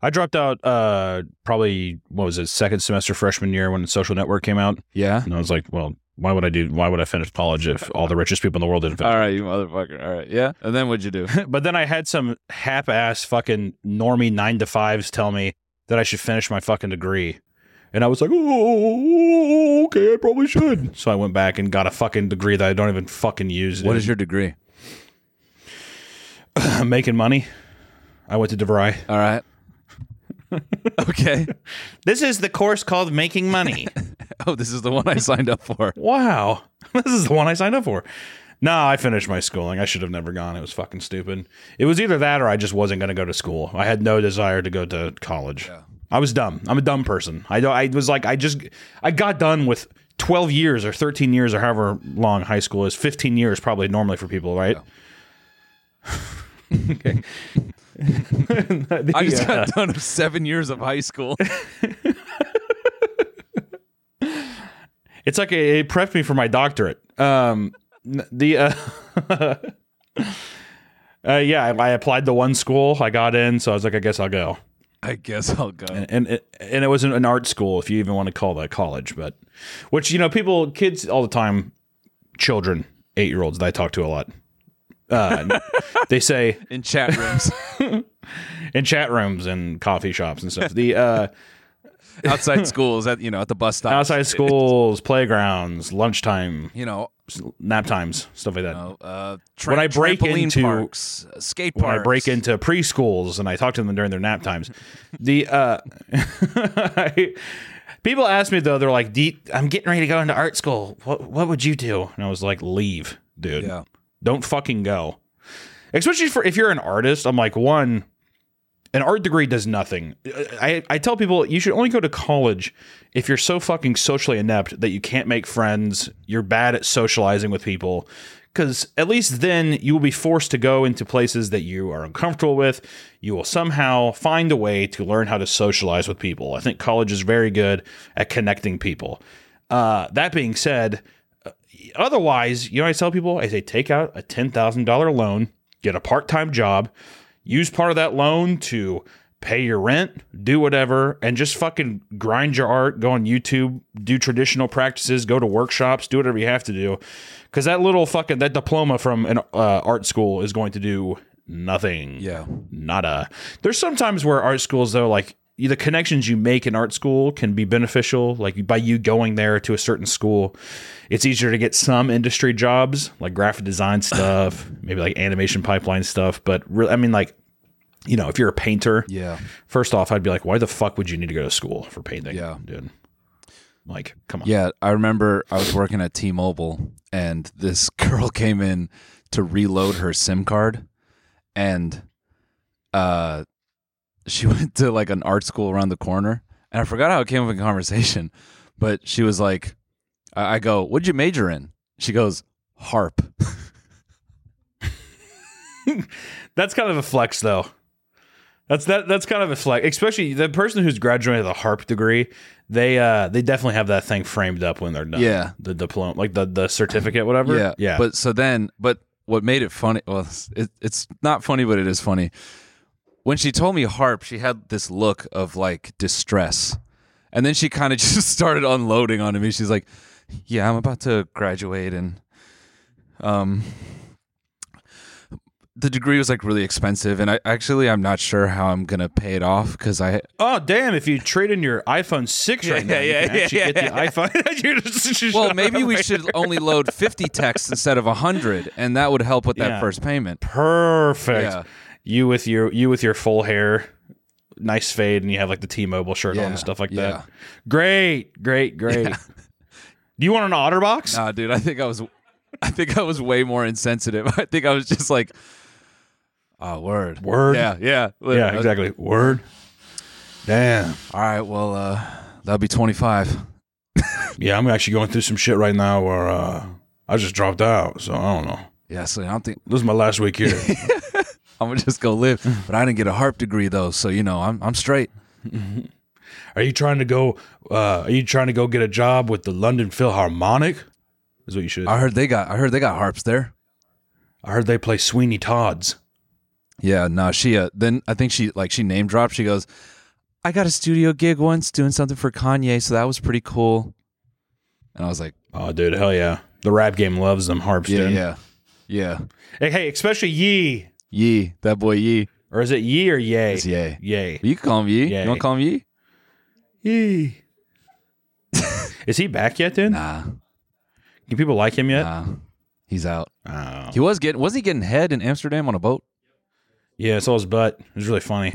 Speaker 1: I dropped out uh probably what was it second semester freshman year when Social Network came out, *laughs*
Speaker 2: Yeah.
Speaker 1: and I was like, well, why would I do? Why would I finish college if all the richest people in the world didn't finish?
Speaker 2: All right, you motherfucker. All right, yeah. And then what'd
Speaker 1: *laughs*
Speaker 2: you do?
Speaker 1: But then I had some hap-ass fucking normie nine to fives tell me that I should finish my fucking degree, and I was like, oh, okay, I probably should. So I went back and got a fucking degree that I don't even fucking use.
Speaker 2: what
Speaker 1: dude.
Speaker 2: is your degree?
Speaker 1: making money? I went to DeVry.
Speaker 2: All
Speaker 1: *laughs*
Speaker 2: right. okay.
Speaker 1: This is the course called Making *laughs* Money.
Speaker 2: Oh, this is the one I signed up
Speaker 1: *laughs*
Speaker 2: for.
Speaker 1: Wow. This is the one I signed up for. Nah, I finished my schooling. I should have never gone. It was fucking stupid. It was either that or I just wasn't going to go to school. I had no desire to go to college. I was dumb. I'm a dumb person. I don't, I was like I just I got done with 12 years or 13 years or however long high school is. 15 years probably normally for people, right? okay.
Speaker 2: I just
Speaker 1: Yeah.
Speaker 2: got done with seven years of high
Speaker 1: *laughs*
Speaker 2: school.
Speaker 1: It's like it, it prepped me for my doctorate. Um, n- the uh, *laughs* uh, yeah, I, I applied to one school. I got in, so I was like, I guess I'll go.
Speaker 2: I guess I'll go.
Speaker 1: And and it, and it was an, an art school, if you even want to call that college, but which you know, people, kids all the time, children, eight year olds that I talk to a lot. Uh, they say
Speaker 2: In chat
Speaker 1: *laughs*
Speaker 2: rooms,
Speaker 1: in chat rooms and coffee shops and stuff. The uh,
Speaker 2: outside schools, at you know, at the bus stop,
Speaker 1: outside schools, playgrounds, lunchtime,
Speaker 2: you know,
Speaker 1: nap times, stuff like that.
Speaker 2: uh, tra-
Speaker 1: When I break
Speaker 2: trampoline
Speaker 1: into-
Speaker 2: parks, uh, skate parks,
Speaker 1: when I break into preschools and I talk to them during their
Speaker 2: *laughs*
Speaker 1: nap times. The uh, *laughs* I- people ask me though, they're like, "Dee- "I'm getting ready to go into art school. What what would you do?" And I was like, "Leave, dude.
Speaker 2: Yeah.
Speaker 1: Don't fucking go." Especially for if you're an artist, I'm like one. An art degree does nothing. I, I tell people you should only go to college if you're so fucking socially inept that you can't make friends, you're bad at socializing with people, because at least then you will be forced to go into places that you are uncomfortable with. You will somehow find a way to learn how to socialize with people. I think college is very good at connecting people. Uh, that being said, uh, otherwise, you know, what I tell people, I say take out a ten thousand dollar loan, get a part time job, use part of that loan to pay your rent, do whatever, and just fucking grind your art, go on YouTube, do traditional practices, go to workshops, do whatever you have to do. Cause that little fucking, that diploma from an uh, art school is going to do nothing.
Speaker 2: Yeah.
Speaker 1: Nada. There's sometimes where art schools though, like the connections you make in art school can be beneficial. Like by you going there to a certain school, it's easier to get some industry jobs, like
Speaker 2: *coughs*
Speaker 1: graphic design stuff, maybe like animation pipeline stuff. But really, I mean, like you know, if you're a painter,
Speaker 2: Yeah,
Speaker 1: first off, I'd be like, why the fuck would you need to go to school for painting?
Speaker 2: Yeah.
Speaker 1: dude. Like, come on.
Speaker 2: Yeah, I remember I was working at T-Mobile and this *laughs* girl came in to reload her SIM card and uh she *laughs* went to like an art school around the corner and I forgot how it came up in conversation, but she was like I, I go, "What'd you major in?" She goes, "Harp."
Speaker 1: That's kind of a flex, though. That's that. That's kind of a flex, especially the person who's graduated with a harp degree. They uh they definitely have that thing framed up when they're done.
Speaker 2: Yeah.
Speaker 1: the diploma, like the the certificate, whatever.
Speaker 2: Yeah,
Speaker 1: yeah.
Speaker 2: But so then, but what made it funny? Well, it's- it, it's not funny, but it is funny. When she told me harp, she had this look of like distress, and then she kind of *laughs* just started unloading onto me. She's like, "Yeah, I'm about to graduate, and um, the degree was like really expensive, and I actually I'm not sure how I'm gonna pay it off because I *laughs*
Speaker 1: oh damn! If you trade in your iPhone six right now,
Speaker 2: yeah,
Speaker 1: you can
Speaker 2: yeah,
Speaker 1: actually
Speaker 2: yeah,
Speaker 1: get the iPhone. *laughs* You're just- you're
Speaker 2: well
Speaker 1: just-
Speaker 2: maybe we should only load 50 texts instead of 100, and that would help with that
Speaker 1: Yeah.
Speaker 2: first payment.
Speaker 1: perfect.
Speaker 2: Yeah.
Speaker 1: You with your you with your full hair, nice fade, and you have like the T-Mobile shirt on
Speaker 2: Yeah,
Speaker 1: and stuff like
Speaker 2: yeah.
Speaker 1: that. Great, great, great. Do you want an OtterBox?
Speaker 2: Nah, dude, I think I was, I think I was way more insensitive. *laughs* I think I was just like, oh, word,
Speaker 1: Word.
Speaker 2: yeah, yeah,
Speaker 1: Yeah, exactly. Word. Damn.
Speaker 2: All right, well, uh, that'll be twenty five.
Speaker 1: Yeah, I'm actually going through some shit right now where uh, I just dropped out, so I don't know.
Speaker 2: Yeah, so I don't think
Speaker 1: This is my last week
Speaker 2: *laughs*
Speaker 1: here.
Speaker 2: I'm gonna just go live. But I didn't get a harp degree though, so you know, I'm I'm straight.
Speaker 1: are you trying to go? Uh, are you trying to go get a job with the London Philharmonic? Is what you should.
Speaker 2: I heard they got I heard they got harps there.
Speaker 1: I heard they play Sweeney Todd's.
Speaker 2: Yeah, no, she uh, then I think she like she name dropped. She goes, I got a studio gig once doing something for Kanye, so that was pretty cool. And I was like,
Speaker 1: Oh, dude, hell yeah! The rap game loves them harps,
Speaker 2: yeah,
Speaker 1: dude.
Speaker 2: yeah, yeah,
Speaker 1: Hey, hey, especially Yee,
Speaker 2: Yee, that boy Yee,
Speaker 1: or is it Yee or Yay?
Speaker 2: it's Yay.
Speaker 1: Yay.
Speaker 2: You can call him Yee.
Speaker 1: Yay.
Speaker 2: You want to call him Yee?
Speaker 1: Yee. *laughs* is he back yet, dude?
Speaker 2: Nah,
Speaker 1: Do people like him yet?
Speaker 2: nah. He's out.
Speaker 1: Oh.
Speaker 2: He was getting wasn't he getting head in Amsterdam on a boat?
Speaker 1: Yeah, I saw his butt. It was really funny.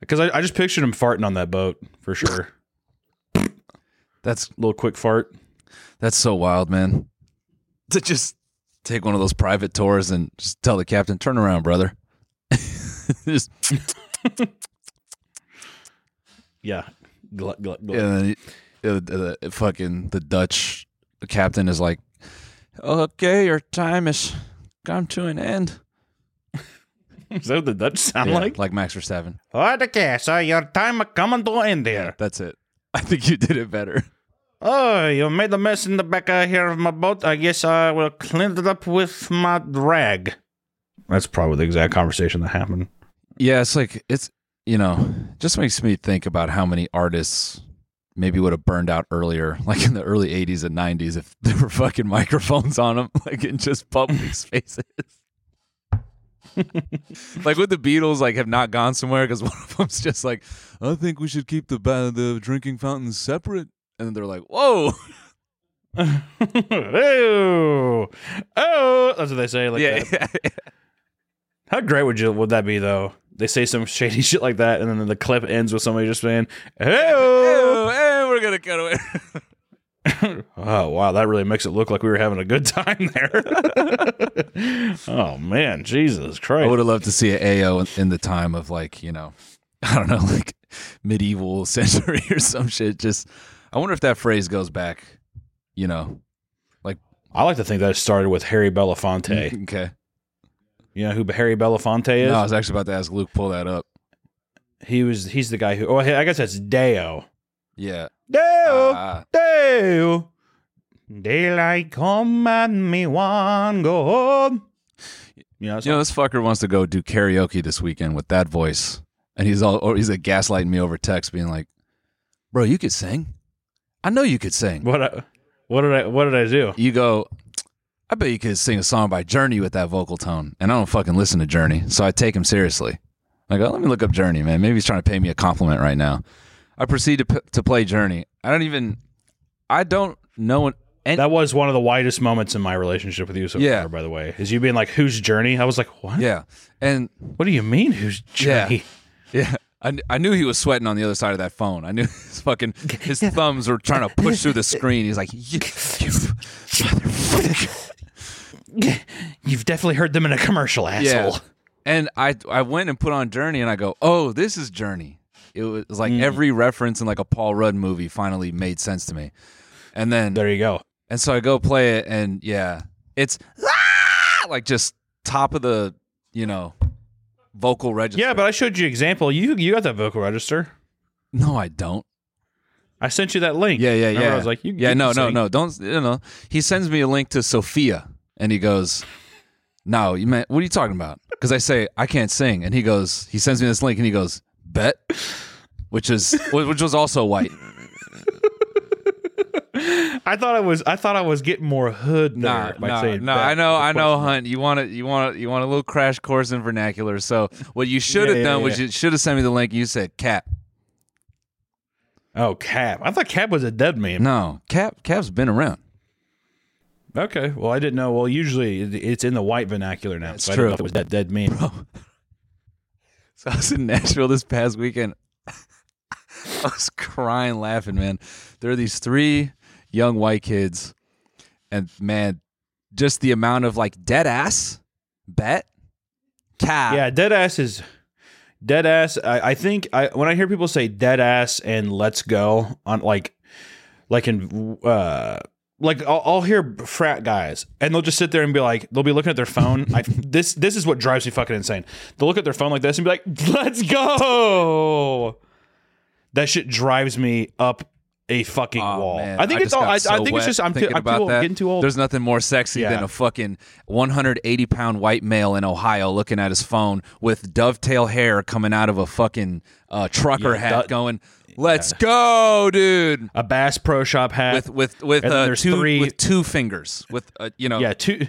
Speaker 1: Because I, I just pictured him farting on that boat for sure.
Speaker 2: That's
Speaker 1: little quick fart.
Speaker 2: that's so wild, man. To just take one of those private tours and just tell the captain, "Turn around, brother." *laughs* just
Speaker 1: Yeah. Glut, glut, glut.
Speaker 2: yeah, then he- uh, the, the fucking the Dutch captain is like, "Okay, your time has come to an end."
Speaker 1: *laughs* Is that what the Dutch sound
Speaker 2: Yeah,
Speaker 1: like?
Speaker 2: like Max Verstappen.
Speaker 1: Oh, okay, so your time coming to end here.
Speaker 2: That's it. *laughs* I think you did it better.
Speaker 1: Oh, you made a mess in the back uh, here of my boat. I guess I will clean it up with my drag. That's probably the exact conversation that happened. *laughs*
Speaker 2: Yeah, it's like it's you know, just makes me think about how many artists maybe would have burned out earlier, *laughs* like in the early '80s and '90s, if *laughs* there were fucking microphones on them, like in just
Speaker 1: *laughs*
Speaker 2: public spaces. like with the Beatles, like have not gone somewhere because one of them's just like, I think we should keep the ba- the drinking fountains separate, and then they're like, whoa, *laughs*
Speaker 1: oh, oh, that's what they say. Like that. How great would you would that be though? They say some shady *laughs* shit like that, and then the clip ends with somebody just saying, "Oh,
Speaker 2: Oh, hey, we're gonna cut away. *laughs*
Speaker 1: oh wow, that really makes it look like we were having a good *laughs* time there." oh man, Jesus
Speaker 2: I would
Speaker 1: Christ!
Speaker 2: have loved to see an AO in- in the time of like, you know, *laughs* I don't know, like medieval *laughs* century or some shit. Just, I wonder if that phrase goes back, you know.
Speaker 1: I like to think that it started with Harry Belafonte.
Speaker 2: Okay.
Speaker 1: You know who Harry Belafonte is?
Speaker 2: Mm-hmm. No, I was actually about to ask Luke, pull that up.
Speaker 1: He was he's the guy who. Oh, I guess that's Deo.
Speaker 2: Yeah.
Speaker 1: Deo.
Speaker 2: Ah,
Speaker 1: Deo. Daylight come and me one go home. You know, that's
Speaker 2: you know, this fucker wants to go do karaoke this weekend with that voice. And he's all, or he's like gaslighting me over text, being like, bro, you could sing. I know you could sing.
Speaker 1: What? I, what did I? What did I do?
Speaker 2: You go, I bet you could sing a song by Journey with that vocal tone. And I don't fucking listen to Journey, so I take him seriously. I go, let me look up Journey, man. Maybe he's trying to pay me a compliment right now. I proceed to, p- to play Journey. I don't even, I don't know. An, and
Speaker 1: That was one of the widest moments in my relationship with you so
Speaker 2: Yeah.
Speaker 1: far, by the way. Is you being like, "Whose journey?" I was like, "What?
Speaker 2: yeah. And
Speaker 1: What do you mean, whose
Speaker 2: Yeah.
Speaker 1: journey?"
Speaker 2: yeah, I, kn- I knew he was sweating on the other side of that phone. I knew *laughs* his fucking, his thumbs were trying to push through the screen. He's like, "You- you motherfucker.
Speaker 1: You've definitely heard them in a commercial, asshole.
Speaker 2: And I I went and put on Journey and I go, "Oh, this
Speaker 1: Mm-hmm.
Speaker 2: is Journey." It was like every reference in like a Paul Rudd movie finally made sense to me. And then
Speaker 1: There you go.
Speaker 2: and so I go play it, and yeah, it's "Ah!" like just top of the you know vocal register.
Speaker 1: Yeah, but I showed you example. You you got that vocal register.
Speaker 2: no, I don't.
Speaker 1: I sent you that link.
Speaker 2: Yeah, yeah,
Speaker 1: Remember,
Speaker 2: yeah.
Speaker 1: I was like, you,
Speaker 2: yeah,
Speaker 1: you
Speaker 2: no,
Speaker 1: can
Speaker 2: no,
Speaker 1: sing.
Speaker 2: no. Don't you know? He sends me a link to Sophia, and he goes, "No, you meant what are you talking about?" Because I say I can't sing, and he goes, he sends me this link, and he goes, "Bet," which is which was also white.
Speaker 1: I thought I was. I thought I was getting more hood *laughs* there
Speaker 2: Nah,
Speaker 1: by
Speaker 2: nah,
Speaker 1: saying
Speaker 2: nah,
Speaker 1: that.
Speaker 2: I know, I know, Hunt. You want to, you want to, you want a little crash course in vernacular. So what you should have
Speaker 1: yeah,
Speaker 2: done was
Speaker 1: yeah.
Speaker 2: you should have sent me the link. and You said cap.
Speaker 1: Oh, Cap. I thought Cap was a dead man.
Speaker 2: No, cap. Cap's been around.
Speaker 1: Okay. Well, I didn't know. Well, usually it- it's in the white vernacular now.
Speaker 2: That's
Speaker 1: so I
Speaker 2: true.
Speaker 1: didn't know if it was that dead man.
Speaker 2: *laughs* So I was in Nashville this past weekend. *laughs* I was crying, laughing, man. There are these three young white kids, and man, just the amount of like dead ass, bet, cap.
Speaker 1: Yeah, dead ass is dead ass. I, I think I when I hear people say dead ass and let's go on like like in uh like I'll, I'll hear frat guys and they'll just sit there and be like they'll be looking at their phone. I *laughs* this this is what drives me fucking insane. They'll look at their phone like this and be like, *laughs* "Let's go." That shit drives me up a fucking
Speaker 2: Oh,
Speaker 1: wall.
Speaker 2: man,
Speaker 1: I think it's
Speaker 2: just
Speaker 1: all.
Speaker 2: got
Speaker 1: I,
Speaker 2: so
Speaker 1: I think
Speaker 2: wet
Speaker 1: it's just I'm, too,
Speaker 2: thinking
Speaker 1: I'm too
Speaker 2: about
Speaker 1: old,
Speaker 2: that.
Speaker 1: getting too old.
Speaker 2: There's nothing more sexy
Speaker 1: Yeah.
Speaker 2: than a fucking 180 pound white male in Ohio looking at his phone with dovetail hair coming out of a fucking uh, trucker
Speaker 1: Yeah,
Speaker 2: hat,
Speaker 1: that-
Speaker 2: going, "Let's go, dude!"
Speaker 1: a Bass Pro Shop hat
Speaker 2: With with with
Speaker 1: And then
Speaker 2: uh,
Speaker 1: there's
Speaker 2: two
Speaker 1: three-
Speaker 2: with two fingers, with uh, you know,
Speaker 1: Yeah, two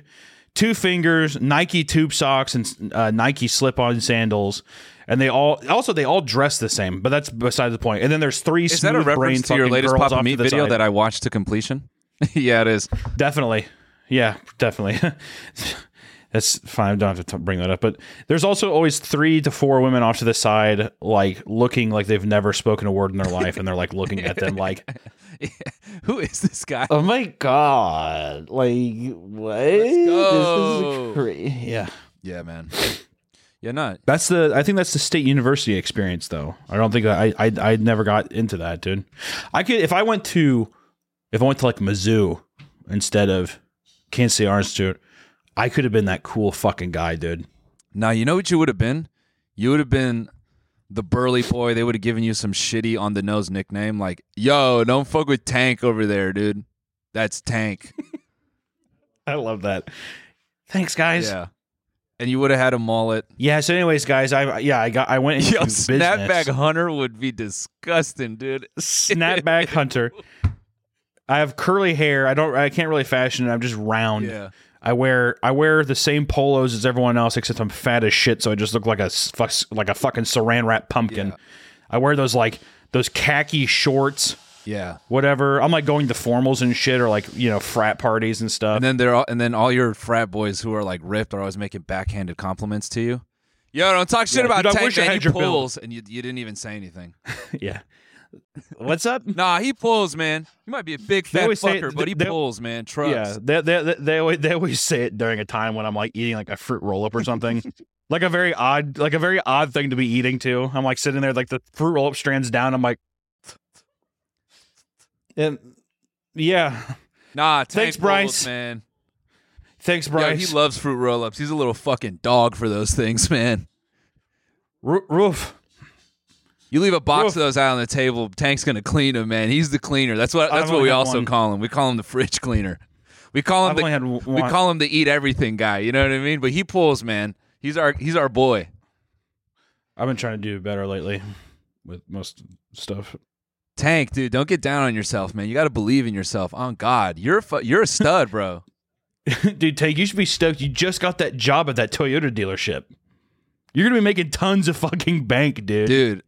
Speaker 1: two fingers, Nike tube socks, and uh, Nike slip-on sandals, and they all also they all dress the same. But that's beside the point. And then there's three.
Speaker 2: Is that a reference to your latest Papa Meat video that I watched to completion? *laughs* yeah, it is.
Speaker 1: definitely? Yeah, definitely. *laughs* That's fine. I don't have to t- bring that up. But there's also always three to four women off to the side, like looking like they've never spoken a word in their life, and they're like looking at them like,
Speaker 2: *laughs* Who is this guy?
Speaker 1: "Oh my god, like what?
Speaker 2: go.
Speaker 1: crazy." Yeah.
Speaker 2: Oh. Yeah, man. Yeah, not.
Speaker 1: That's the I think that's the state university experience though. I don't think I I I never got into that, dude. I could if I went to if I went to like Mizzou instead of Kansas State Art Institute, I could have been that cool fucking guy, dude.
Speaker 2: Now you know what you would have been. You would have been the burly boy. They would have given you some shitty on the nose nickname, like "Yo, don't fuck with Tank over there, dude. That's
Speaker 1: *laughs*
Speaker 2: Tank."
Speaker 1: I love that. Thanks, guys. Yeah.
Speaker 2: yeah, and you would have had a mullet.
Speaker 1: so, anyways, guys, I yeah, I got I went *laughs* into
Speaker 2: Yo, *laughs*
Speaker 1: business.
Speaker 2: snapback hunter would be disgusting, dude.
Speaker 1: snapback hunter. I have curly hair. I don't. I can't really fashion it. I'm just round.
Speaker 2: Yeah.
Speaker 1: I wear I wear the same polos as everyone else, except I'm fat as shit, so I just look like a s- fuck- like a fucking saran wrap pumpkin. I wear those like those khaki shorts,
Speaker 2: Yeah,
Speaker 1: whatever. I'm like going to formals and shit, or like you know frat parties and stuff.
Speaker 2: and then they're all, and then all your frat boys who are like ripped are always making backhanded compliments to you. Yo, don't talk shit
Speaker 1: Yeah,
Speaker 2: about
Speaker 1: dude, I
Speaker 2: Tank.
Speaker 1: wish I
Speaker 2: man.
Speaker 1: had
Speaker 2: he
Speaker 1: your build.
Speaker 2: pulls, and you, you didn't even say anything.
Speaker 1: *laughs* yeah. What's up?
Speaker 2: Nah, he pulls, man. You might be a big fat
Speaker 1: always say-
Speaker 2: fucker, but he
Speaker 1: they-
Speaker 2: pulls, man. Trust.
Speaker 1: Yeah, they, they, they, they, always, they always say it during a time when I'm like eating like a fruit roll up or *laughs* something. like a very odd, like a very odd thing to be eating too. I'm like sitting there, like the fruit roll up strands down. I'm like, and yeah,
Speaker 2: Nah, Tank
Speaker 1: Thanks, Bryce.
Speaker 2: pulls, man.
Speaker 1: thanks,
Speaker 2: Yo,
Speaker 1: Bryce.
Speaker 2: he loves fruit roll-ups. He's a little fucking dog for those things, *laughs* man.
Speaker 1: Ru- roof.
Speaker 2: You leave a box
Speaker 1: Woof.
Speaker 2: of those out on the table, Tank's gonna clean them, man. He's the cleaner. That's what
Speaker 1: I've
Speaker 2: that's what
Speaker 1: only
Speaker 2: we
Speaker 1: had
Speaker 2: also
Speaker 1: one.
Speaker 2: call him. We call him the fridge cleaner. We call him
Speaker 1: I've
Speaker 2: the
Speaker 1: only had
Speaker 2: we
Speaker 1: one.
Speaker 2: call him the eat everything guy. You know what I mean? But he pulls, man. He's our he's our boy.
Speaker 1: I've been trying to do better lately with most stuff. *laughs*
Speaker 2: Tank, dude, don't get down on yourself, man. You got to believe in yourself. On God, you're a fu- you're a stud, bro.
Speaker 1: Dude, Tank, you should be stoked. You just got that job at that Toyota dealership. You're gonna be making tons of fucking bank, *laughs* dude.
Speaker 2: dude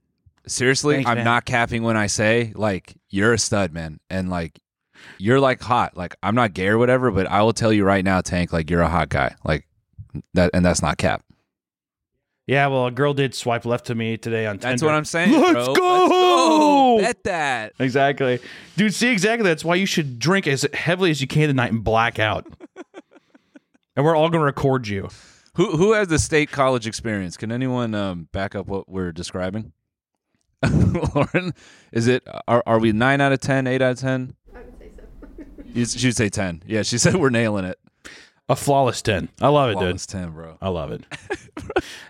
Speaker 2: seriously
Speaker 1: Thanks,
Speaker 2: i'm
Speaker 1: man.
Speaker 2: not capping when i say like you're a stud man and like you're like hot like i'm not gay or whatever but i will tell you right now tank like you're a hot guy like that and that's not cap
Speaker 1: Yeah, well, a girl did swipe left to me today on Tinder.
Speaker 2: that's what i'm saying
Speaker 1: Let's
Speaker 2: bro.
Speaker 1: go!
Speaker 2: Let's bet that
Speaker 1: Exactly. Dude, see, exactly. That's why you should drink as heavily as you can tonight and black
Speaker 2: *laughs*
Speaker 1: out. and we're all going to record you.
Speaker 2: who who has the state college experience can anyone um back up what we're describing *laughs* lauren is it are, are we 9 out of ten, eight out of 10 *laughs* You- She'd say ten. Yeah, she said we're nailing it.
Speaker 1: A flawless ten. I love it, dude.
Speaker 2: Flawless ten, bro.
Speaker 1: I love it.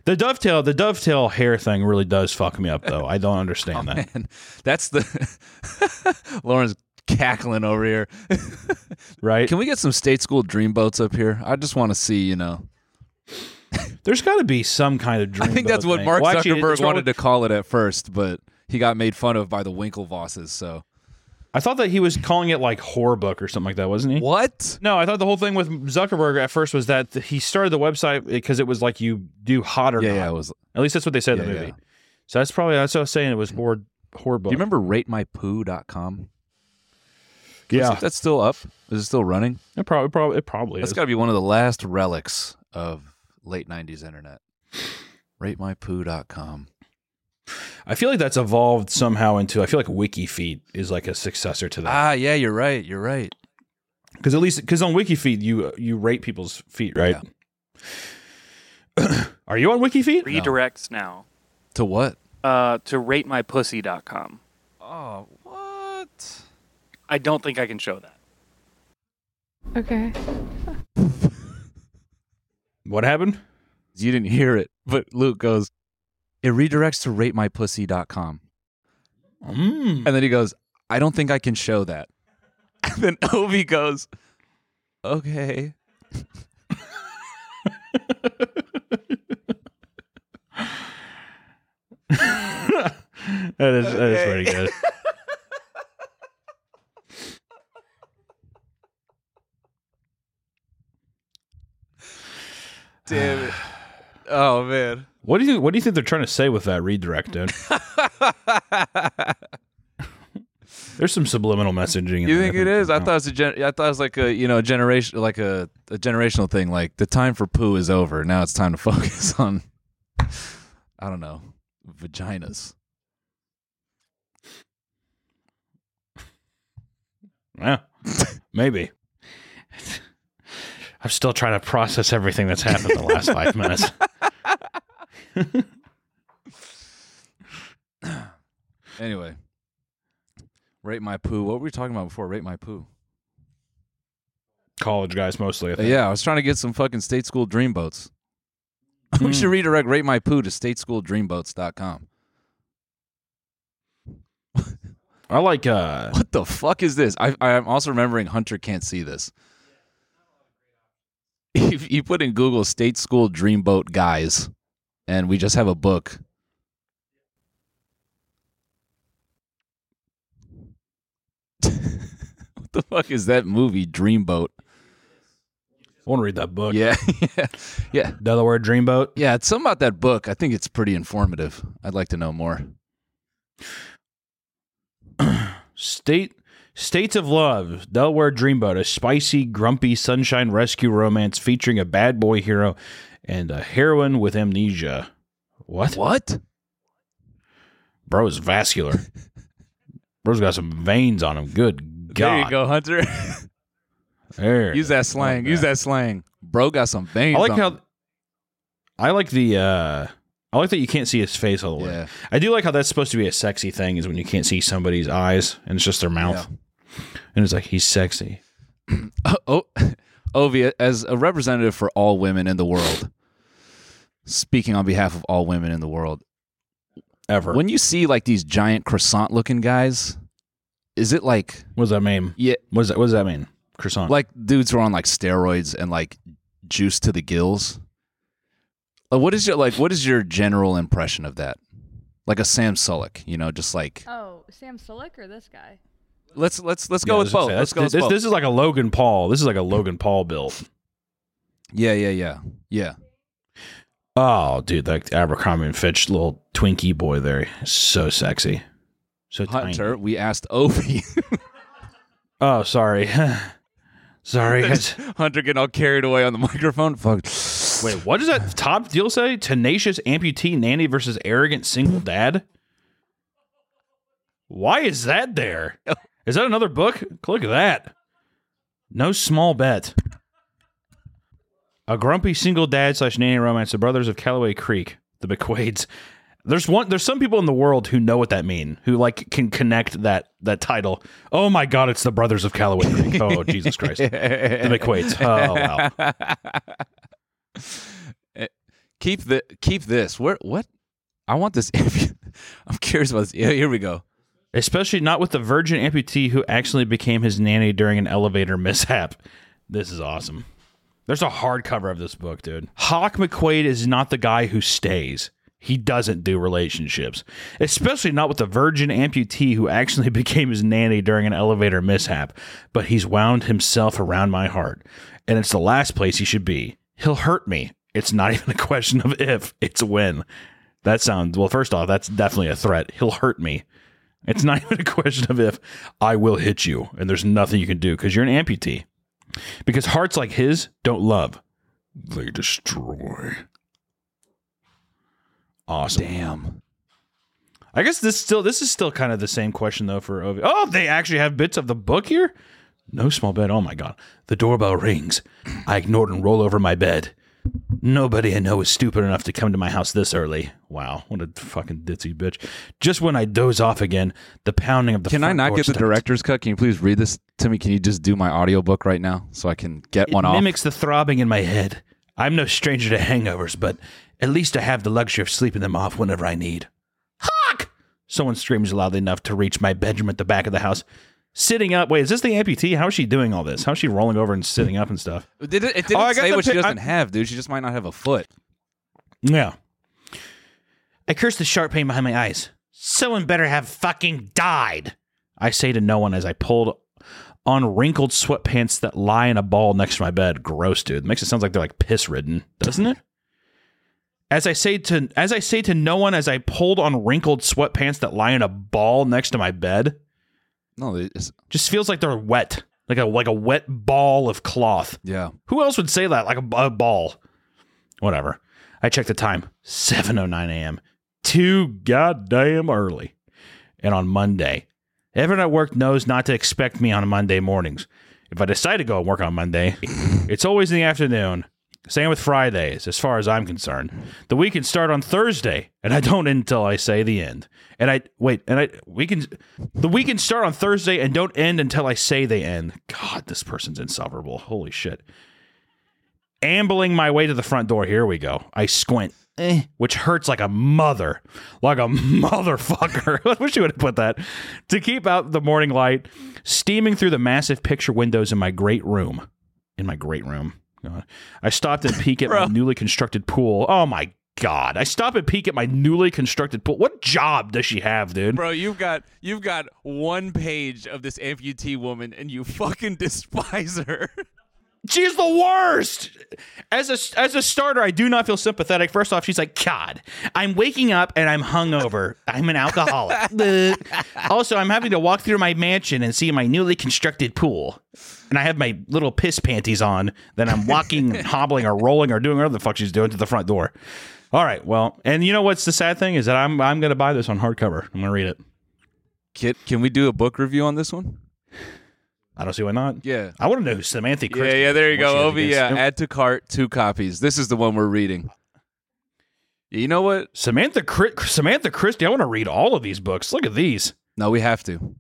Speaker 1: the dovetail, the dovetail hair thing really does fuck me up though. I don't understand
Speaker 2: *laughs*
Speaker 1: that.
Speaker 2: And that's the *laughs* Lauren's cackling over here.
Speaker 1: Right?
Speaker 2: Can we get some state school dream boats up here? I just want to see, you know.
Speaker 1: There's got to be some kind of
Speaker 2: I
Speaker 1: dream.
Speaker 2: think that's
Speaker 1: boat
Speaker 2: what
Speaker 1: thing.
Speaker 2: Mark
Speaker 1: Well, actually,
Speaker 2: Zuckerberg
Speaker 1: it's not
Speaker 2: wanted
Speaker 1: what-
Speaker 2: to call it at first, but he got made fun of by the Winklevosses. So
Speaker 1: I thought that he was calling it like Horbuck or something like that, wasn't he?
Speaker 2: what?
Speaker 1: No, I thought the whole thing with Zuckerberg at first was that he started the website because it was like you do hot or
Speaker 2: Yeah,
Speaker 1: not.
Speaker 2: yeah. It was. Do
Speaker 1: At least that's what they said
Speaker 2: Yeah,
Speaker 1: in the movie.
Speaker 2: yeah.
Speaker 1: So that's probably that's what I was saying. It was Hor Horbuck.
Speaker 2: you remember RateMyPoo.com?
Speaker 1: Yeah,
Speaker 2: That's still up. Is it still running?
Speaker 1: it probably probably it probably
Speaker 2: That's
Speaker 1: is.
Speaker 2: got to be one of the last relics of late '90s internet. RateMyPoo.com.
Speaker 1: I feel like that's evolved somehow into. I feel like WikiFeed is like a successor to that
Speaker 2: Ah, yeah, you're right. You're right.
Speaker 1: because at least because on WikiFeed you you rate people's feet, right? *coughs* Are you on WikiFeed?
Speaker 8: Redirects now
Speaker 2: To what?
Speaker 8: uh, to ratemypussy.com.
Speaker 2: Oh, what?
Speaker 8: I don't think I can show that.
Speaker 7: Okay.
Speaker 1: What happened?
Speaker 2: You didn't hear it, but Luke goes, it redirects to ratemypussy.com.
Speaker 1: Mm.
Speaker 2: And then he goes, I don't think I can show that. *laughs* And then Ovi goes, okay.
Speaker 1: That is that is pretty
Speaker 2: *laughs*
Speaker 1: good.
Speaker 2: Damn it. Oh, man.
Speaker 1: What do you what do you think they're trying to say with that
Speaker 2: *laughs*
Speaker 1: redirect, dude? There's some subliminal messaging. in
Speaker 2: You
Speaker 1: there.
Speaker 2: think it is? I thought it was a gen- I thought it was like a you know generation like a, a generational thing. Like the time for poo is over. Now it's time to *laughs* focus on I don't know vaginas.
Speaker 1: Yeah,
Speaker 2: *laughs*
Speaker 1: maybe. I'm still trying to process everything that's happened in the
Speaker 2: *laughs*
Speaker 1: last five minutes.
Speaker 2: Anyway, rate my poo. What were we talking about before? Rate my poo.
Speaker 1: College guys mostly. I
Speaker 2: Uh,
Speaker 1: think.
Speaker 2: yeah, I was trying to get some fucking state school dream boats. *laughs* we should redirect rate my poo to statesschooldreamboats.com.
Speaker 1: I like. uh
Speaker 2: What the fuck is this? I, I'm also remembering Hunter can't see this. *laughs* If you put in Google state school dreamboat guys, and we just have a book. *laughs* what the fuck is that movie Dreamboat?
Speaker 1: I want to read that book.
Speaker 2: Yeah, *laughs* yeah, yeah.
Speaker 1: Delaware Dreamboat.
Speaker 2: Yeah, it's something about that book. I think it's pretty informative. I'd like to know more.
Speaker 1: State States of Love, Delaware Dreamboat, a spicy, grumpy sunshine rescue romance featuring a bad boy hero and a heroine with amnesia. What?
Speaker 2: What?
Speaker 1: Bro is vascular.
Speaker 2: *laughs*
Speaker 1: Bro's got some veins on him. Good God.
Speaker 2: There you go, Hunter. *laughs*
Speaker 1: There.
Speaker 2: Use that slang. Use that slang. Bro got some veins.
Speaker 1: I like
Speaker 2: on him.
Speaker 1: how I like the uh I like that you can't see his face all the way.
Speaker 2: Yeah.
Speaker 1: I do like how that's supposed to be a sexy thing is when you can't see somebody's eyes and it's just their mouth. And it's like he's sexy.
Speaker 2: Oh, *laughs* Ovi, as a representative for all women in the world, speaking on behalf of all women in the world,
Speaker 1: Ever.
Speaker 2: when you see like these giant croissant looking guys, is it like
Speaker 1: what does that mean?
Speaker 2: yeah,
Speaker 1: What does that what does that mean? Croissant.
Speaker 2: like dudes who are on like steroids and like juice to the gills? Like, what is your like? What is your general impression of that? Like a Sam Sulek, you know, just like
Speaker 7: Oh, Sam Sulek or this guy?
Speaker 2: let's let's let's
Speaker 1: Yeah,
Speaker 2: go
Speaker 1: I
Speaker 2: with
Speaker 1: was gonna
Speaker 2: both.
Speaker 1: say,
Speaker 2: Let's
Speaker 1: that's-
Speaker 2: go with
Speaker 1: this,
Speaker 2: both.
Speaker 1: this is like a Logan Paul. This is like a Logan Paul build.
Speaker 2: yeah, yeah, yeah, yeah.
Speaker 1: Oh, dude, like Abercrombie and Fitch little Twinkie boy there. So sexy. So tiny.
Speaker 2: Hunter, we asked Ovi.
Speaker 1: Oh, sorry. *laughs* sorry.
Speaker 2: Hunter getting all carried away on the *laughs* microphone. Fuck.
Speaker 1: *laughs* Wait, what does that top deal say? Tenacious amputee nanny versus arrogant single dad? Why is that *laughs* there? Is that another book? Click that. No small bet. A grumpy single dad slash nanny romance, the brothers of Callaway Creek, the McQuades, There's one. There's some people in the world who know what that mean, who like can connect that that title. Oh my God, it's the Brothers of Callaway Creek. Oh Jesus *laughs* Christ, the McQuaid. Oh wow.
Speaker 2: keep the keep this. Where what? I want this. *laughs* interview. I'm curious about this. Yeah, here we go.
Speaker 1: Especially not with the virgin amputee who actually became his nanny during an elevator mishap. This is awesome. There's a hardcover of this book, dude. Hawk McQuaid is not the guy who stays. He doesn't do relationships, especially not with the virgin amputee who actually *laughs* became his nanny during an elevator mishap. But he's wound himself around my heart, and it's the last place he should be. He'll hurt me. It's not *laughs* even a question of if, it's when. That sounds, well, first off, that's definitely a threat. He'll hurt me. It's not *laughs* even a question of if I will hit you, and there's nothing you can do because you're an amputee. Because hearts like his don't love, they destroy. Awesome.
Speaker 2: Damn.
Speaker 1: I guess this still this is still kind of the same question though for Ovi. Oh, they actually have bits of the book here. No small bed. Oh my god. The doorbell rings. I ignore it and roll over my bed. Nobody I know is stupid enough to come to my house this early. Wow, what a fucking ditzy bitch. Just when I doze off again, the pounding of the
Speaker 2: Can I
Speaker 1: front
Speaker 2: not
Speaker 1: door
Speaker 2: get the
Speaker 1: stops.
Speaker 2: director's cut? Can you please read this to me? Can you just do my audiobook right now so I can get
Speaker 1: It
Speaker 2: one off?
Speaker 1: mimics the throbbing in my head. I'm no stranger to hangovers, but at least I have the luxury of sleeping them off whenever I need. Hawk! Someone screams loudly enough to reach my bedroom at the back of the house. Sitting up. Wait, is this the amputee? How is she doing all this? How is she rolling over and sitting up and stuff?
Speaker 2: Did it, it didn't
Speaker 1: Oh, I got
Speaker 2: say
Speaker 1: the
Speaker 2: what she
Speaker 1: pic- I-
Speaker 2: doesn't have, dude. She just might not have a foot.
Speaker 1: Yeah. I curse the sharp pain behind my eyes. Someone better have fucking died. I say to no one as I pulled on wrinkled sweatpants that lie in a ball next to my bed. Gross, dude. Makes it sound like they're like piss ridden, doesn't it? As I say to as I say to no one as I pulled on wrinkled sweatpants that lie in a ball next to my bed.
Speaker 2: No, it's,
Speaker 1: Just feels like they're wet. Like a like a wet ball of cloth.
Speaker 2: yeah.
Speaker 1: Who else would say that? Like a, a ball. Whatever. I checked the time. 7.09 a.m. Too goddamn early. And on Monday. Everyone at work knows not to expect me on Monday mornings. If I decide to go and work on Monday, it's always in the afternoon. Same with Fridays, as far as I'm concerned. The weekends start on Thursday, and I don't end until I say the end. And I wait, and I we can the weekends start on Thursday and don't end until I say they end. God, this person's insufferable. Holy shit ambling my way to the front door. Here we go. I squint, eh, which hurts like a mother, like a *laughs* motherfucker. *laughs* I wish you would have put that to keep out the morning light steaming through the massive picture windows in my great room. In my great room. God. I stopped and peek at my newly constructed pool. Oh my god! I stop and peek at my newly constructed pool. What job does she have, dude?
Speaker 9: Bro, you've got you've got one page of this amputee woman, and you fucking *laughs* despise her.
Speaker 1: She's the worst. As a as a starter, I do not feel sympathetic. First off, she's like, God, I'm waking up and I'm hungover. I'm an alcoholic. *laughs* Bleh. also, I'm having to walk through my mansion and see my newly constructed pool, and I have my little piss panties on. Then I'm walking, and hobbling, or rolling, or doing whatever the fuck she's doing to the front door. All right, well, and you know what's the sad thing is that I'm I'm gonna buy this on hardcover. I'm gonna read it.
Speaker 2: Kid, can we do a book review on this one?
Speaker 1: I don't see why not.
Speaker 2: Yeah.
Speaker 1: I want to know who Samantha.
Speaker 2: Yeah,
Speaker 1: Crichton
Speaker 2: yeah, there you
Speaker 1: is, what
Speaker 2: go.
Speaker 1: she
Speaker 2: Ovi,
Speaker 1: is
Speaker 2: yeah,
Speaker 1: against.
Speaker 2: add to cart, two copies. This is the one we're reading. You know what?
Speaker 1: Samantha Cri- Samantha Christie. I want to read all of these books. Look at these.
Speaker 2: No, we have to.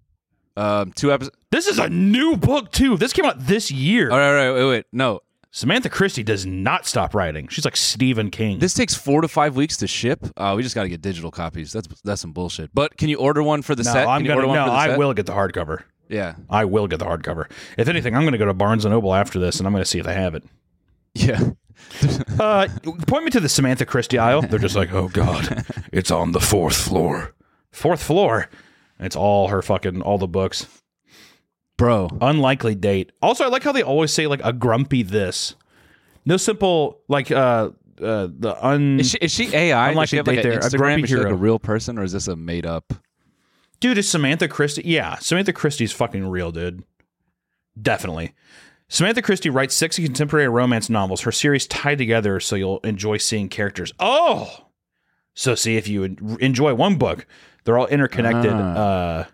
Speaker 2: Um, two episodes.
Speaker 1: This is a new book too. This came out this year.
Speaker 2: All right, all right, wait, wait. No,
Speaker 1: Samantha Christie does not stop writing. She's like Stephen King.
Speaker 2: this takes four to five weeks to ship. Uh, we just got to get digital copies. That's that's some bullshit. But can you order one for the
Speaker 1: no,
Speaker 2: set? Can
Speaker 1: I'm
Speaker 2: you
Speaker 1: gonna
Speaker 2: order one
Speaker 1: no.
Speaker 2: for the
Speaker 1: I
Speaker 2: set?
Speaker 1: will get the hardcover.
Speaker 2: Yeah, *laughs*
Speaker 1: I will get the hardcover. If anything, I'm gonna go to Barnes and Noble after this, and I'm gonna see if they have it.
Speaker 2: yeah.
Speaker 1: Uh, point me to the Samantha Christie aisle. They're just like, oh god, it's on the
Speaker 2: *laughs*
Speaker 1: fourth floor. Fourth floor. And It's all her fucking all the books. Um,
Speaker 2: Bro,
Speaker 1: unlikely date. Also, I like how they always say like a grumpy this. No simple like uh uh the un
Speaker 2: is she, is she AI? Does
Speaker 1: Unlikely
Speaker 2: she have like
Speaker 1: date
Speaker 2: an
Speaker 1: there, a
Speaker 2: Instagram?
Speaker 1: grumpy
Speaker 2: Is she like a
Speaker 1: hero.
Speaker 2: real person or is this a made up?
Speaker 1: dude is Samantha Christie. Yeah, Samantha Christie's fucking real, dude. Definitely. Samantha Christie writes six contemporary romance novels. Her series tied together, so you'll enjoy seeing characters. Oh, so see if you en- enjoy one book, they're all interconnected. Uh,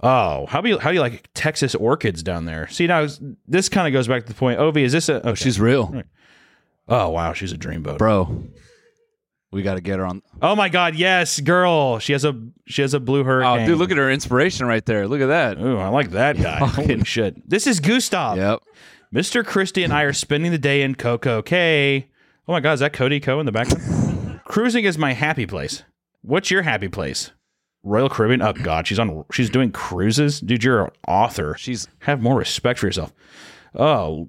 Speaker 1: oh, how do you how do you like Texas orchids down there? See now, this kind of goes back to the point. Ovi, is this a? Oh, she's
Speaker 2: She's real,
Speaker 1: Oh wow, she's a dreamboat.
Speaker 2: bro. We got to get her on.
Speaker 1: Oh my God! Yes, girl. She has a she has a blue
Speaker 2: Oh,
Speaker 1: hurricane.
Speaker 2: dude, look at her inspiration right there. Look at that.
Speaker 1: Ooh, I like that guy. Holy shit! This is Gustav.
Speaker 2: Yep.
Speaker 1: Mr. Christie and I are spending the day in Coco Cay. Oh my God! Is that Cody Co in the background? Cruising is my happy place. What's your happy place? Royal Caribbean. Oh God, she's on. She's doing cruises, dude. You're an author.
Speaker 2: She's
Speaker 1: Have more respect for yourself. Oh,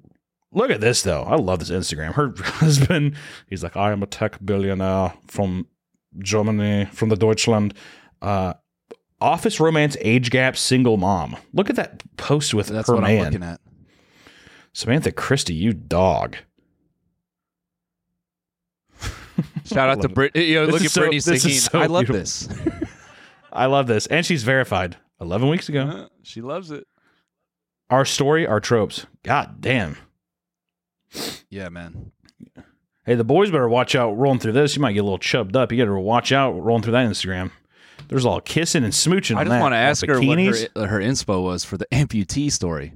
Speaker 1: look at this though. I love this Instagram. Her *laughs* husband, he's like, I am a tech billionaire from Germany, from the Deutschland. Uh, office romance, age gap, single mom. Look at that post with
Speaker 2: that's
Speaker 1: her
Speaker 2: what
Speaker 1: man,
Speaker 2: I'm looking at.
Speaker 1: Samantha Christie. You dog.
Speaker 2: *laughs* Shout out to
Speaker 1: love it.
Speaker 2: Brit. You know,
Speaker 1: This
Speaker 2: look
Speaker 1: is
Speaker 2: at
Speaker 1: so-
Speaker 2: Brittany
Speaker 1: this is
Speaker 2: singing.
Speaker 1: so
Speaker 2: I love
Speaker 1: beautiful.
Speaker 2: this.
Speaker 1: *laughs* I love this, and she's verified. Eleven weeks ago.
Speaker 2: she loves it.
Speaker 1: Our story, our tropes. God damn.
Speaker 2: Yeah, man.
Speaker 1: Hey, the boys better watch out rolling through this. You might get a little chubbed up. You gotta watch out rolling through that Instagram. There's all kissing and smooching.
Speaker 2: I
Speaker 1: on
Speaker 2: just
Speaker 1: that.
Speaker 2: want to ask her what
Speaker 1: Bikinis.
Speaker 2: her, her inspo was for the *laughs* amputee *laughs* story.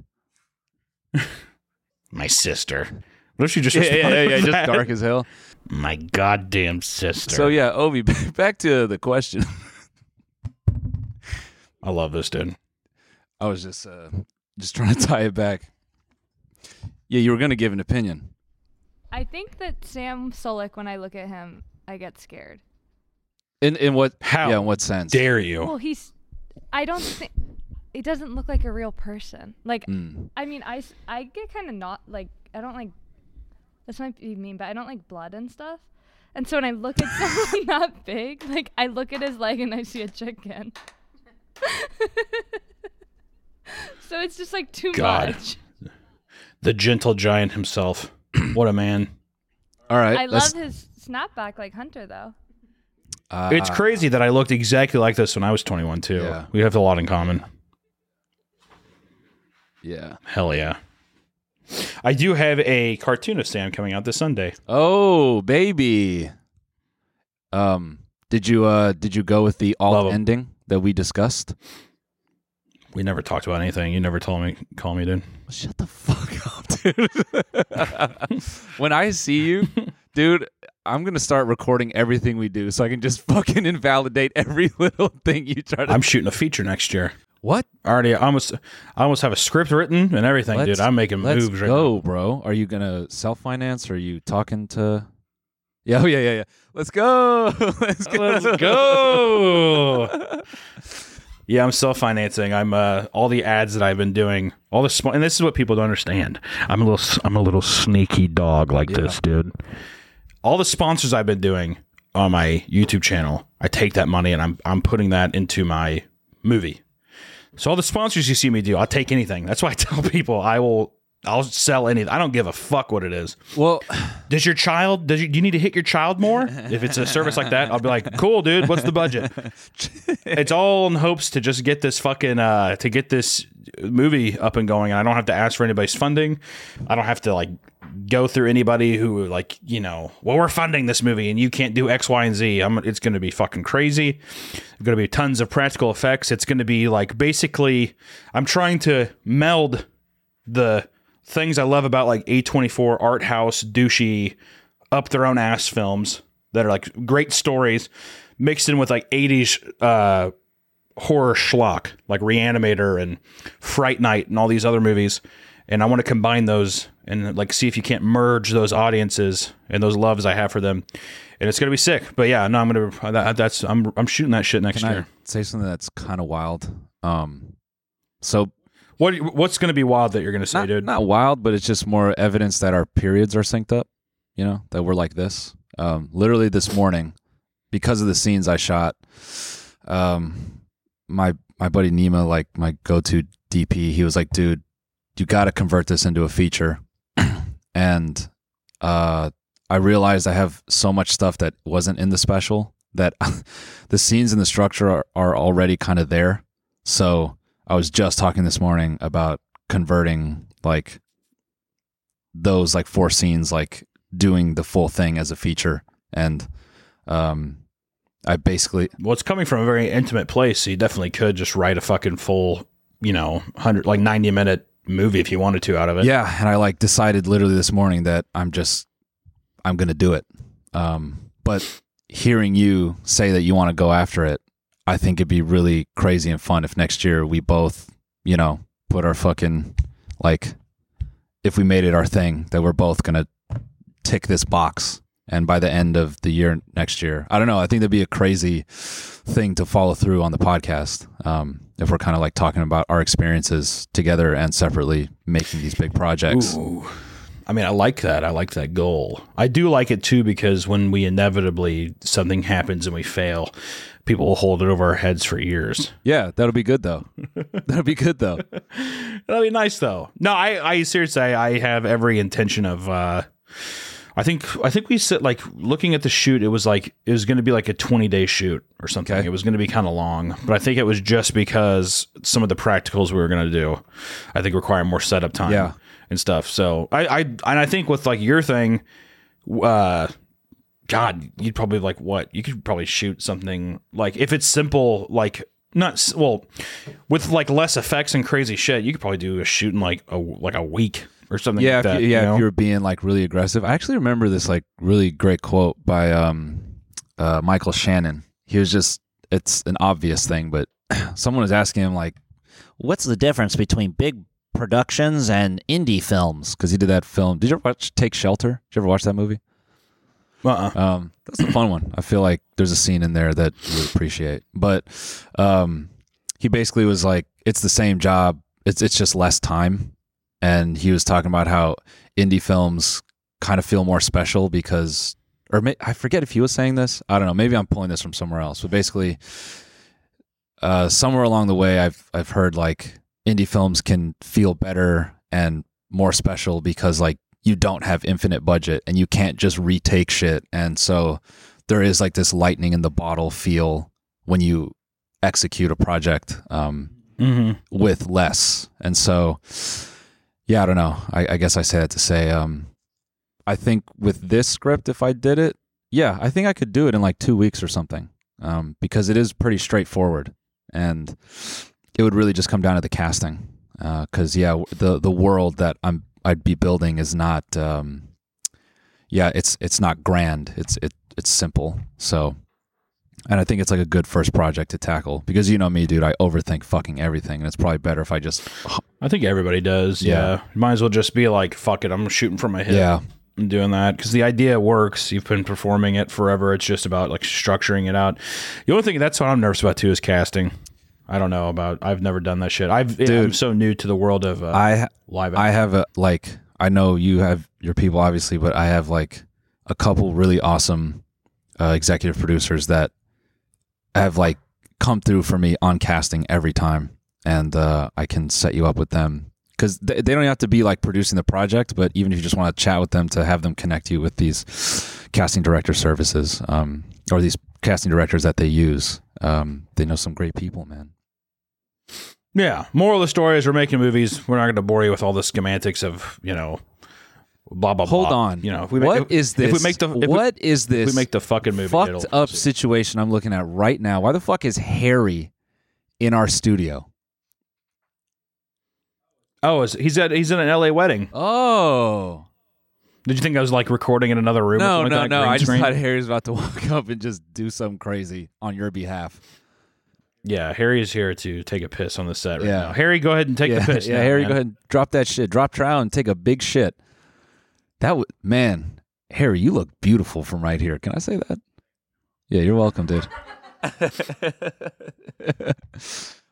Speaker 1: my sister. What if she
Speaker 2: *laughs*
Speaker 1: just responded with
Speaker 2: Just
Speaker 1: that?
Speaker 2: dark as hell.
Speaker 1: *laughs* My goddamn sister.
Speaker 2: So yeah, Ovi, *laughs* back to the question.
Speaker 1: I love this dude.
Speaker 2: I was just uh, just trying to tie it back. Yeah, you were gonna give an opinion.
Speaker 7: I think that Sam Solik, when I look at him, I get scared.
Speaker 2: In in what
Speaker 1: How
Speaker 2: Yeah, in what sense?
Speaker 1: Dare you?
Speaker 7: Well, he's. I don't think. It doesn't look like a real person. Like, I mean, I, s- I get kind of not like I don't like. This might be mean, but I don't like blood and stuff. And so when I look at *laughs* someone not big, like I look at his leg and I see a chicken. *laughs* so it's just like too
Speaker 1: God.
Speaker 7: much.
Speaker 1: The gentle giant himself. *clears throat* what a man.
Speaker 2: All right.
Speaker 7: I
Speaker 2: that's-
Speaker 7: love his snapback like Hunter though.
Speaker 2: uh,
Speaker 1: it's crazy that I looked exactly like this when I was 21 too.
Speaker 2: Yeah.
Speaker 1: We have a lot in common.
Speaker 2: Yeah.
Speaker 1: Hell yeah. I do have a cartoon of Sam coming out this Sunday.
Speaker 2: Oh, baby. Um, did you uh did you go with the
Speaker 1: Love
Speaker 2: alt
Speaker 1: 'em.
Speaker 2: ending that we discussed?
Speaker 1: We never talked about anything. You never told me. Call me, dude.
Speaker 2: Shut the fuck up, dude. *laughs* when I see you, dude, I'm gonna start recording everything we do so I can just *laughs* fucking invalidate every *laughs* little thing you try to. *laughs*
Speaker 1: I'm shooting a feature next year.
Speaker 2: what?
Speaker 1: I already I almost I almost have a script written and everything,
Speaker 2: Let's-
Speaker 1: dude. I'm making
Speaker 2: Let's
Speaker 1: moves right
Speaker 2: go, bro. Are you gonna self finance? Are you talking to? *laughs* Yeah, oh, yeah, yeah, yeah. Let's go. *laughs* Let's go. *laughs*
Speaker 1: Let's go. yeah, I'm self financing. I'm uh, all the ads that I've been doing, all the sm- and this is what people don't understand. I'm a little, s- I'm a little sneaky dog like this, dude. All the sponsors I've been doing on my YouTube channel, I take that money and I'm I'm putting that into my movie. So all the sponsors you see me do, I'll take anything. That's why I *laughs* tell people I will. I'll sell anything. I don't give a fuck what it is.
Speaker 2: Well,
Speaker 1: Does your child? Does you, do you need to hit your child more? If it's a service like that, I'll be like, cool, dude. What's the budget? it's all in hopes to just get this fucking uh, to get this movie up and going, and I don't have to ask for anybody's funding. I don't have to like go through anybody who like you know, well, we're funding this movie, and you can't do X, Y, and Z. I'm, it's going to be fucking crazy. There's going to be tons of practical effects. It's going to be like basically, I'm trying to meld the things I love about like A24 art house douchey up their own ass films that are like great stories mixed in with like 80s uh horror schlock like Reanimator and Fright Night and all these other movies and I want to combine those and like see if you can't merge those audiences and those loves I have for them and it's going to be sick but yeah no I'm going to that, that's I'm I'm shooting that shit next
Speaker 2: can I
Speaker 1: year
Speaker 2: say something that's kind of wild? Um, so
Speaker 1: what what's going to be wild that you're going to say
Speaker 2: not,
Speaker 1: dude
Speaker 2: not wild, but it's just more evidence that our periods are synced up. You know that we're like this. Um, literally this morning, because of the scenes I shot, um, my my buddy Nima, like my go-to DP, he was like, "Dude, you got to convert this into a feature." *clears throat* and uh, I realized I have so much stuff that wasn't in the special that *laughs* the scenes and the structure are, are already kind of there. So I was just talking this morning about converting like those like four scenes, like doing the full thing as a feature. And um, I basically
Speaker 1: Well, it's coming from a very intimate place, so you definitely could just write a fucking full, you know, hundred like ninety minute movie if you wanted to out of it.
Speaker 2: Yeah, and I like decided literally this morning that I'm just I'm gonna do it. Um, but hearing you say that you want to go after it, I think it'd be really crazy and fun if next year we both, you know, put our fucking like if we made it our thing that we're both gonna tick this box and by the end of the year next year i don't know i think that'd be a crazy thing to follow through on the podcast um, if we're kind of like talking about our experiences together and separately making these big projects
Speaker 1: Ooh. I mean, I like that. I like that goal. I do like it too because when we inevitably something happens and we fail, people will hold it over our heads for years.
Speaker 2: yeah that'll be good though that'll be good though
Speaker 1: That'd be nice though. No, I, I seriously, I, I have every intention of. uh I think I think we said like looking at the shoot, it was like it was going to be like a twenty day shoot or something. It was going to be kind of long, but I think it was just because some of the practicals we were going to do, I think require more setup time
Speaker 2: Yeah.
Speaker 1: and stuff. So I, I and I think with like your thing, uh, God, you'd probably like what you could probably shoot something like if it's simple, like not s- well, with like less effects and crazy shit, you could probably do a shoot in like a like a week or something.
Speaker 2: yeah
Speaker 1: like
Speaker 2: if
Speaker 1: that,
Speaker 2: you, yeah
Speaker 1: you know?
Speaker 2: if you're being like really aggressive i actually remember this like really great quote by um uh michael shannon he was just it's an obvious thing but *clears throat* someone was asking him like what's the difference between big productions and indie films because he did that film did you ever watch take shelter did you ever watch that movie
Speaker 1: Uh-uh.
Speaker 2: um, that's a fun one. I feel like there's a scene in there that you would appreciate. But um, he basically was like, it's the same job. It's it's just less time. And he was talking about how indie films kind of feel more special because, or may, I forget if he was saying this. I don't know. Maybe I'm pulling this from somewhere else. But basically, uh, somewhere along the way, I've I've heard like indie films can feel better and more special because like you don't have infinite budget and you can't just retake shit, and so there is like this lightning in the bottle feel when you execute a project um,
Speaker 1: Mhm.
Speaker 2: with less, and so yeah, I don't know. I, I guess I say that to say um, I think with this script, if I did it, yeah, I think I could do it in like two weeks or something um, because it is pretty straightforward, and it would really just come down to the casting. Because yeah, w- the the world that I'm I'd be building is not, um, yeah, it's it's not grand. It's it it's simple. So, and I think it's like a good first project to tackle because you know me, dude. I overthink fucking everything, and it's probably better if I just
Speaker 1: I think everybody does. Yeah.
Speaker 2: Yeah.
Speaker 1: Might as well just be like, fuck it. I'm shooting from my hip.
Speaker 2: Yeah.
Speaker 1: I'm doing that because the idea works. You've been performing it forever. It's just about like structuring it out. The only thing that's what I'm nervous about too is casting. I don't know about. I've never done that shit. I've, I'm so new to the world of. Uh,
Speaker 2: I
Speaker 1: live.
Speaker 2: I have a like. I know you have your people, obviously, but I have like a couple really awesome uh, executive producers that have like come through for me on casting every time, and uh, I can set you up with them because they, they don't have to be like producing the project, but even if you just want to chat with them to have them connect you with these casting director services um, or these casting directors that they use, um, they know some great people, man.
Speaker 1: yeah. Moral of the story is we're making movies. We're not going to bore you with all the schematics of you know. Blah blah.
Speaker 2: Hold
Speaker 1: blah.
Speaker 2: on.
Speaker 1: You know, if we
Speaker 2: What
Speaker 1: make,
Speaker 2: is
Speaker 1: if, If we
Speaker 2: this?
Speaker 1: make the if
Speaker 2: What
Speaker 1: we,
Speaker 2: is this
Speaker 1: If we make the fucking movie.
Speaker 2: fucked
Speaker 1: it'll-
Speaker 2: up situation I'm looking at right now. Why the fuck is Harry in our studio?
Speaker 1: Oh, is, he's at he's in an LA wedding.
Speaker 2: Oh.
Speaker 1: Did you think I was like recording in another room? or
Speaker 2: No,
Speaker 1: something
Speaker 2: no,
Speaker 1: like that,
Speaker 2: no.
Speaker 1: green
Speaker 2: I just
Speaker 1: screen?
Speaker 2: thought Harry's about to *laughs* walk up and just do something crazy on your behalf.
Speaker 1: Yeah, Harry is here to take a piss on the set right
Speaker 2: Yeah.
Speaker 1: now. Harry, go ahead and take
Speaker 2: yeah,
Speaker 1: the piss.
Speaker 2: Yeah,
Speaker 1: now,
Speaker 2: Harry,
Speaker 1: man.
Speaker 2: go ahead and drop that shit. Drop trial and take a big shit. That would man, Harry, you look beautiful from right here. Can I say that? Yeah, you're welcome, *laughs* dude.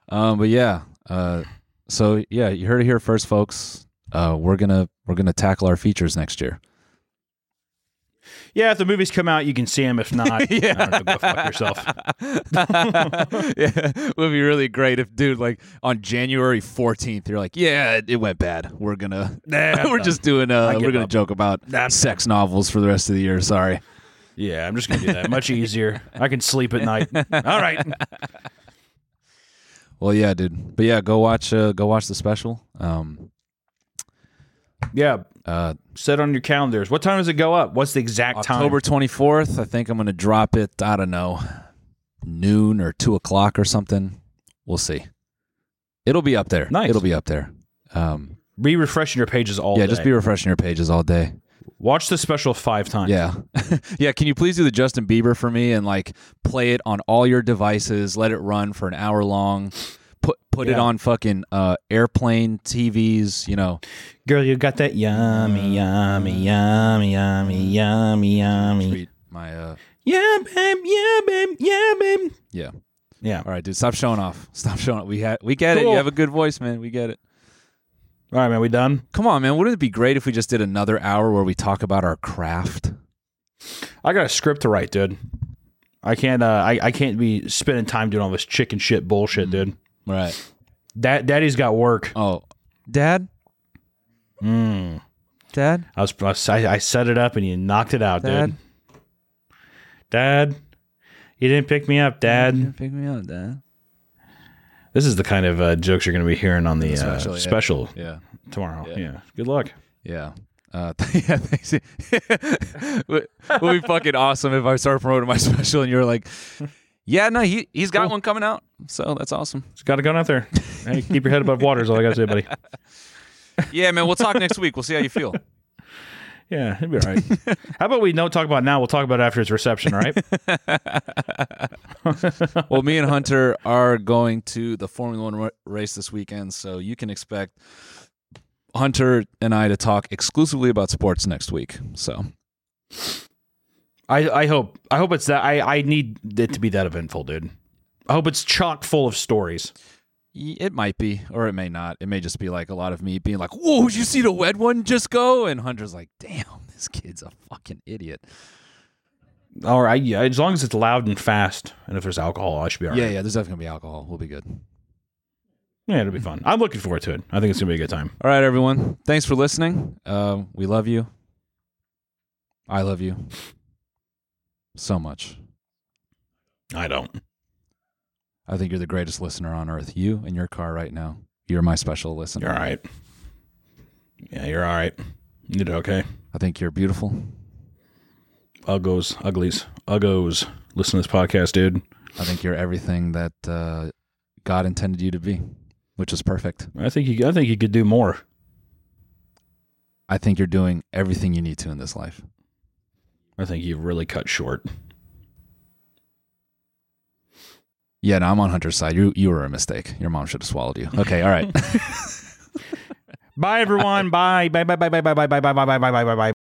Speaker 2: um, but yeah, uh, so yeah, you heard it here first, folks. Uh, we're gonna we're gonna tackle our features next year.
Speaker 1: Yeah, if the movies come out, you can see him.
Speaker 2: *laughs*
Speaker 1: If not, yeah. I don't know, go fuck yourself.
Speaker 2: yeah, *laughs* it would be really great if, dude, like on January 14th, you're like, yeah, it- it went bad. We're gonna, *laughs*
Speaker 1: Nah, I'm
Speaker 2: we're
Speaker 1: done.
Speaker 2: just doing, uh,
Speaker 1: I give
Speaker 2: we're gonna
Speaker 1: up.
Speaker 2: joke about sex novels for the rest of the year. Sorry.
Speaker 1: Yeah, I'm just gonna do that. Much easier. I can sleep
Speaker 2: *laughs*
Speaker 1: at night. All right.
Speaker 2: Well, yeah, dude. But yeah, go watch, uh, go watch the special. Um,
Speaker 1: Yeah.
Speaker 2: uh,
Speaker 1: Set on your calendars. What time does it go up? What's the exact
Speaker 2: October
Speaker 1: time?
Speaker 2: 24th. I think I'm gonna drop it. I don't know, noon or two o'clock or something. We'll see. It'll be up there.
Speaker 1: Nice.
Speaker 2: It'll be up there. Um,
Speaker 1: Be refreshing your pages all
Speaker 2: yeah,
Speaker 1: day.
Speaker 2: just be refreshing your pages all day.
Speaker 1: Watch the special five times. *laughs*
Speaker 2: Yeah. yeah. Can you please do the Justin Bieber for me and like play it on all your devices? Let it run for an hour long. Put put it
Speaker 1: Yeah.
Speaker 2: on fucking uh, airplane TVs. You know.
Speaker 1: Girl, you got that yummy, yummy, yummy, yummy, yummy, yummy.
Speaker 2: Tweet my uh.
Speaker 1: Yeah, babe, yeah, babe, yeah, babe.
Speaker 2: Yeah.
Speaker 1: Yeah.
Speaker 2: All right, dude. Stop showing off. *laughs* Stop showing off. We ha- we get it. You
Speaker 1: Cool.
Speaker 2: have a good voice, man. We get it.
Speaker 1: All right, man, we done?
Speaker 2: Come on, man. Wouldn't it be great if we just did another hour where we talk about our craft?
Speaker 1: I got a script to write, dude. I can't uh I, I can't be spending time doing all this chicken shit bullshit, dude.
Speaker 2: Right.
Speaker 1: Dad daddy's got work.
Speaker 2: Oh, Dad. Hmm.
Speaker 1: Mm.
Speaker 2: Dad.
Speaker 1: I was I was- I I set it up and you knocked it out,
Speaker 2: Dad?
Speaker 1: dude. Dad, you didn't pick me up, Dad.
Speaker 2: Pick me up, Dad.
Speaker 1: This is the kind of uh, jokes you're going to be hearing on the uh,
Speaker 2: Special,
Speaker 1: special,
Speaker 2: yeah. Yeah.
Speaker 1: tomorrow.
Speaker 2: Yeah.
Speaker 1: Yeah. Good luck.
Speaker 2: Yeah. Uh, *laughs* yeah, thanks. it would would be fucking awesome if I started promoting my *laughs* special and you're like, yeah, no, he, he's got one coming out. So that's awesome.
Speaker 1: Just got to go out there. Hey, keep your head above water is all I got to say, buddy.
Speaker 2: *laughs* Yeah, man, we'll talk next week. We'll see how you feel.
Speaker 1: Yeah, it'd be all *laughs* right. How about we don't talk about it now? We'll talk about it after its reception, all right?
Speaker 2: *laughs* Well, me and Hunter are going to the Formula One ra- race this weekend. So you can expect Hunter and I to talk exclusively about sports next week. So
Speaker 1: I, I hope I hope it's that I, I need it to be that eventful, dude. I hope it's chock full of stories.
Speaker 2: y- it might be, or it may not. It may just be like a lot of me being like, whoa, did you see the wed one just go? And Hunter's like, damn, this kid's a fucking idiot.
Speaker 1: All right, yeah, as long as it's loud and fast, and if there's alcohol, I should be all right.
Speaker 2: Yeah, yeah, there's definitely gonna be alcohol. We'll be good.
Speaker 1: yeah, it'll be fun. I'm looking forward to it. I think it's gonna be a good time.
Speaker 2: All right, everyone. Thanks for listening. Um, we love you. I love you so much.
Speaker 1: I don't.
Speaker 2: I think you're the greatest listener on earth. You and your car right now. You're my special listener.
Speaker 1: You're all right. Yeah, you're all right. You did okay.
Speaker 2: I think you're beautiful.
Speaker 1: Uggos, uglies, uggos. Listen to this podcast, dude.
Speaker 2: I think you're everything that uh, God intended you to be, which is perfect.
Speaker 1: I think you. I think you could do more.
Speaker 2: I think you're doing everything you need to in this life.
Speaker 1: I think you've really cut short.
Speaker 2: Yeah, no, I'm on Hunter's side. You you were a mistake. Your mom should have swallowed you. Okay, all
Speaker 1: *laughs*
Speaker 2: right.
Speaker 1: Bye, everyone. bye. Bye. Bye. Bye. Bye. Bye. Bye. Bye. Bye. Bye. Bye. Bye. Bye. Bye. Bye.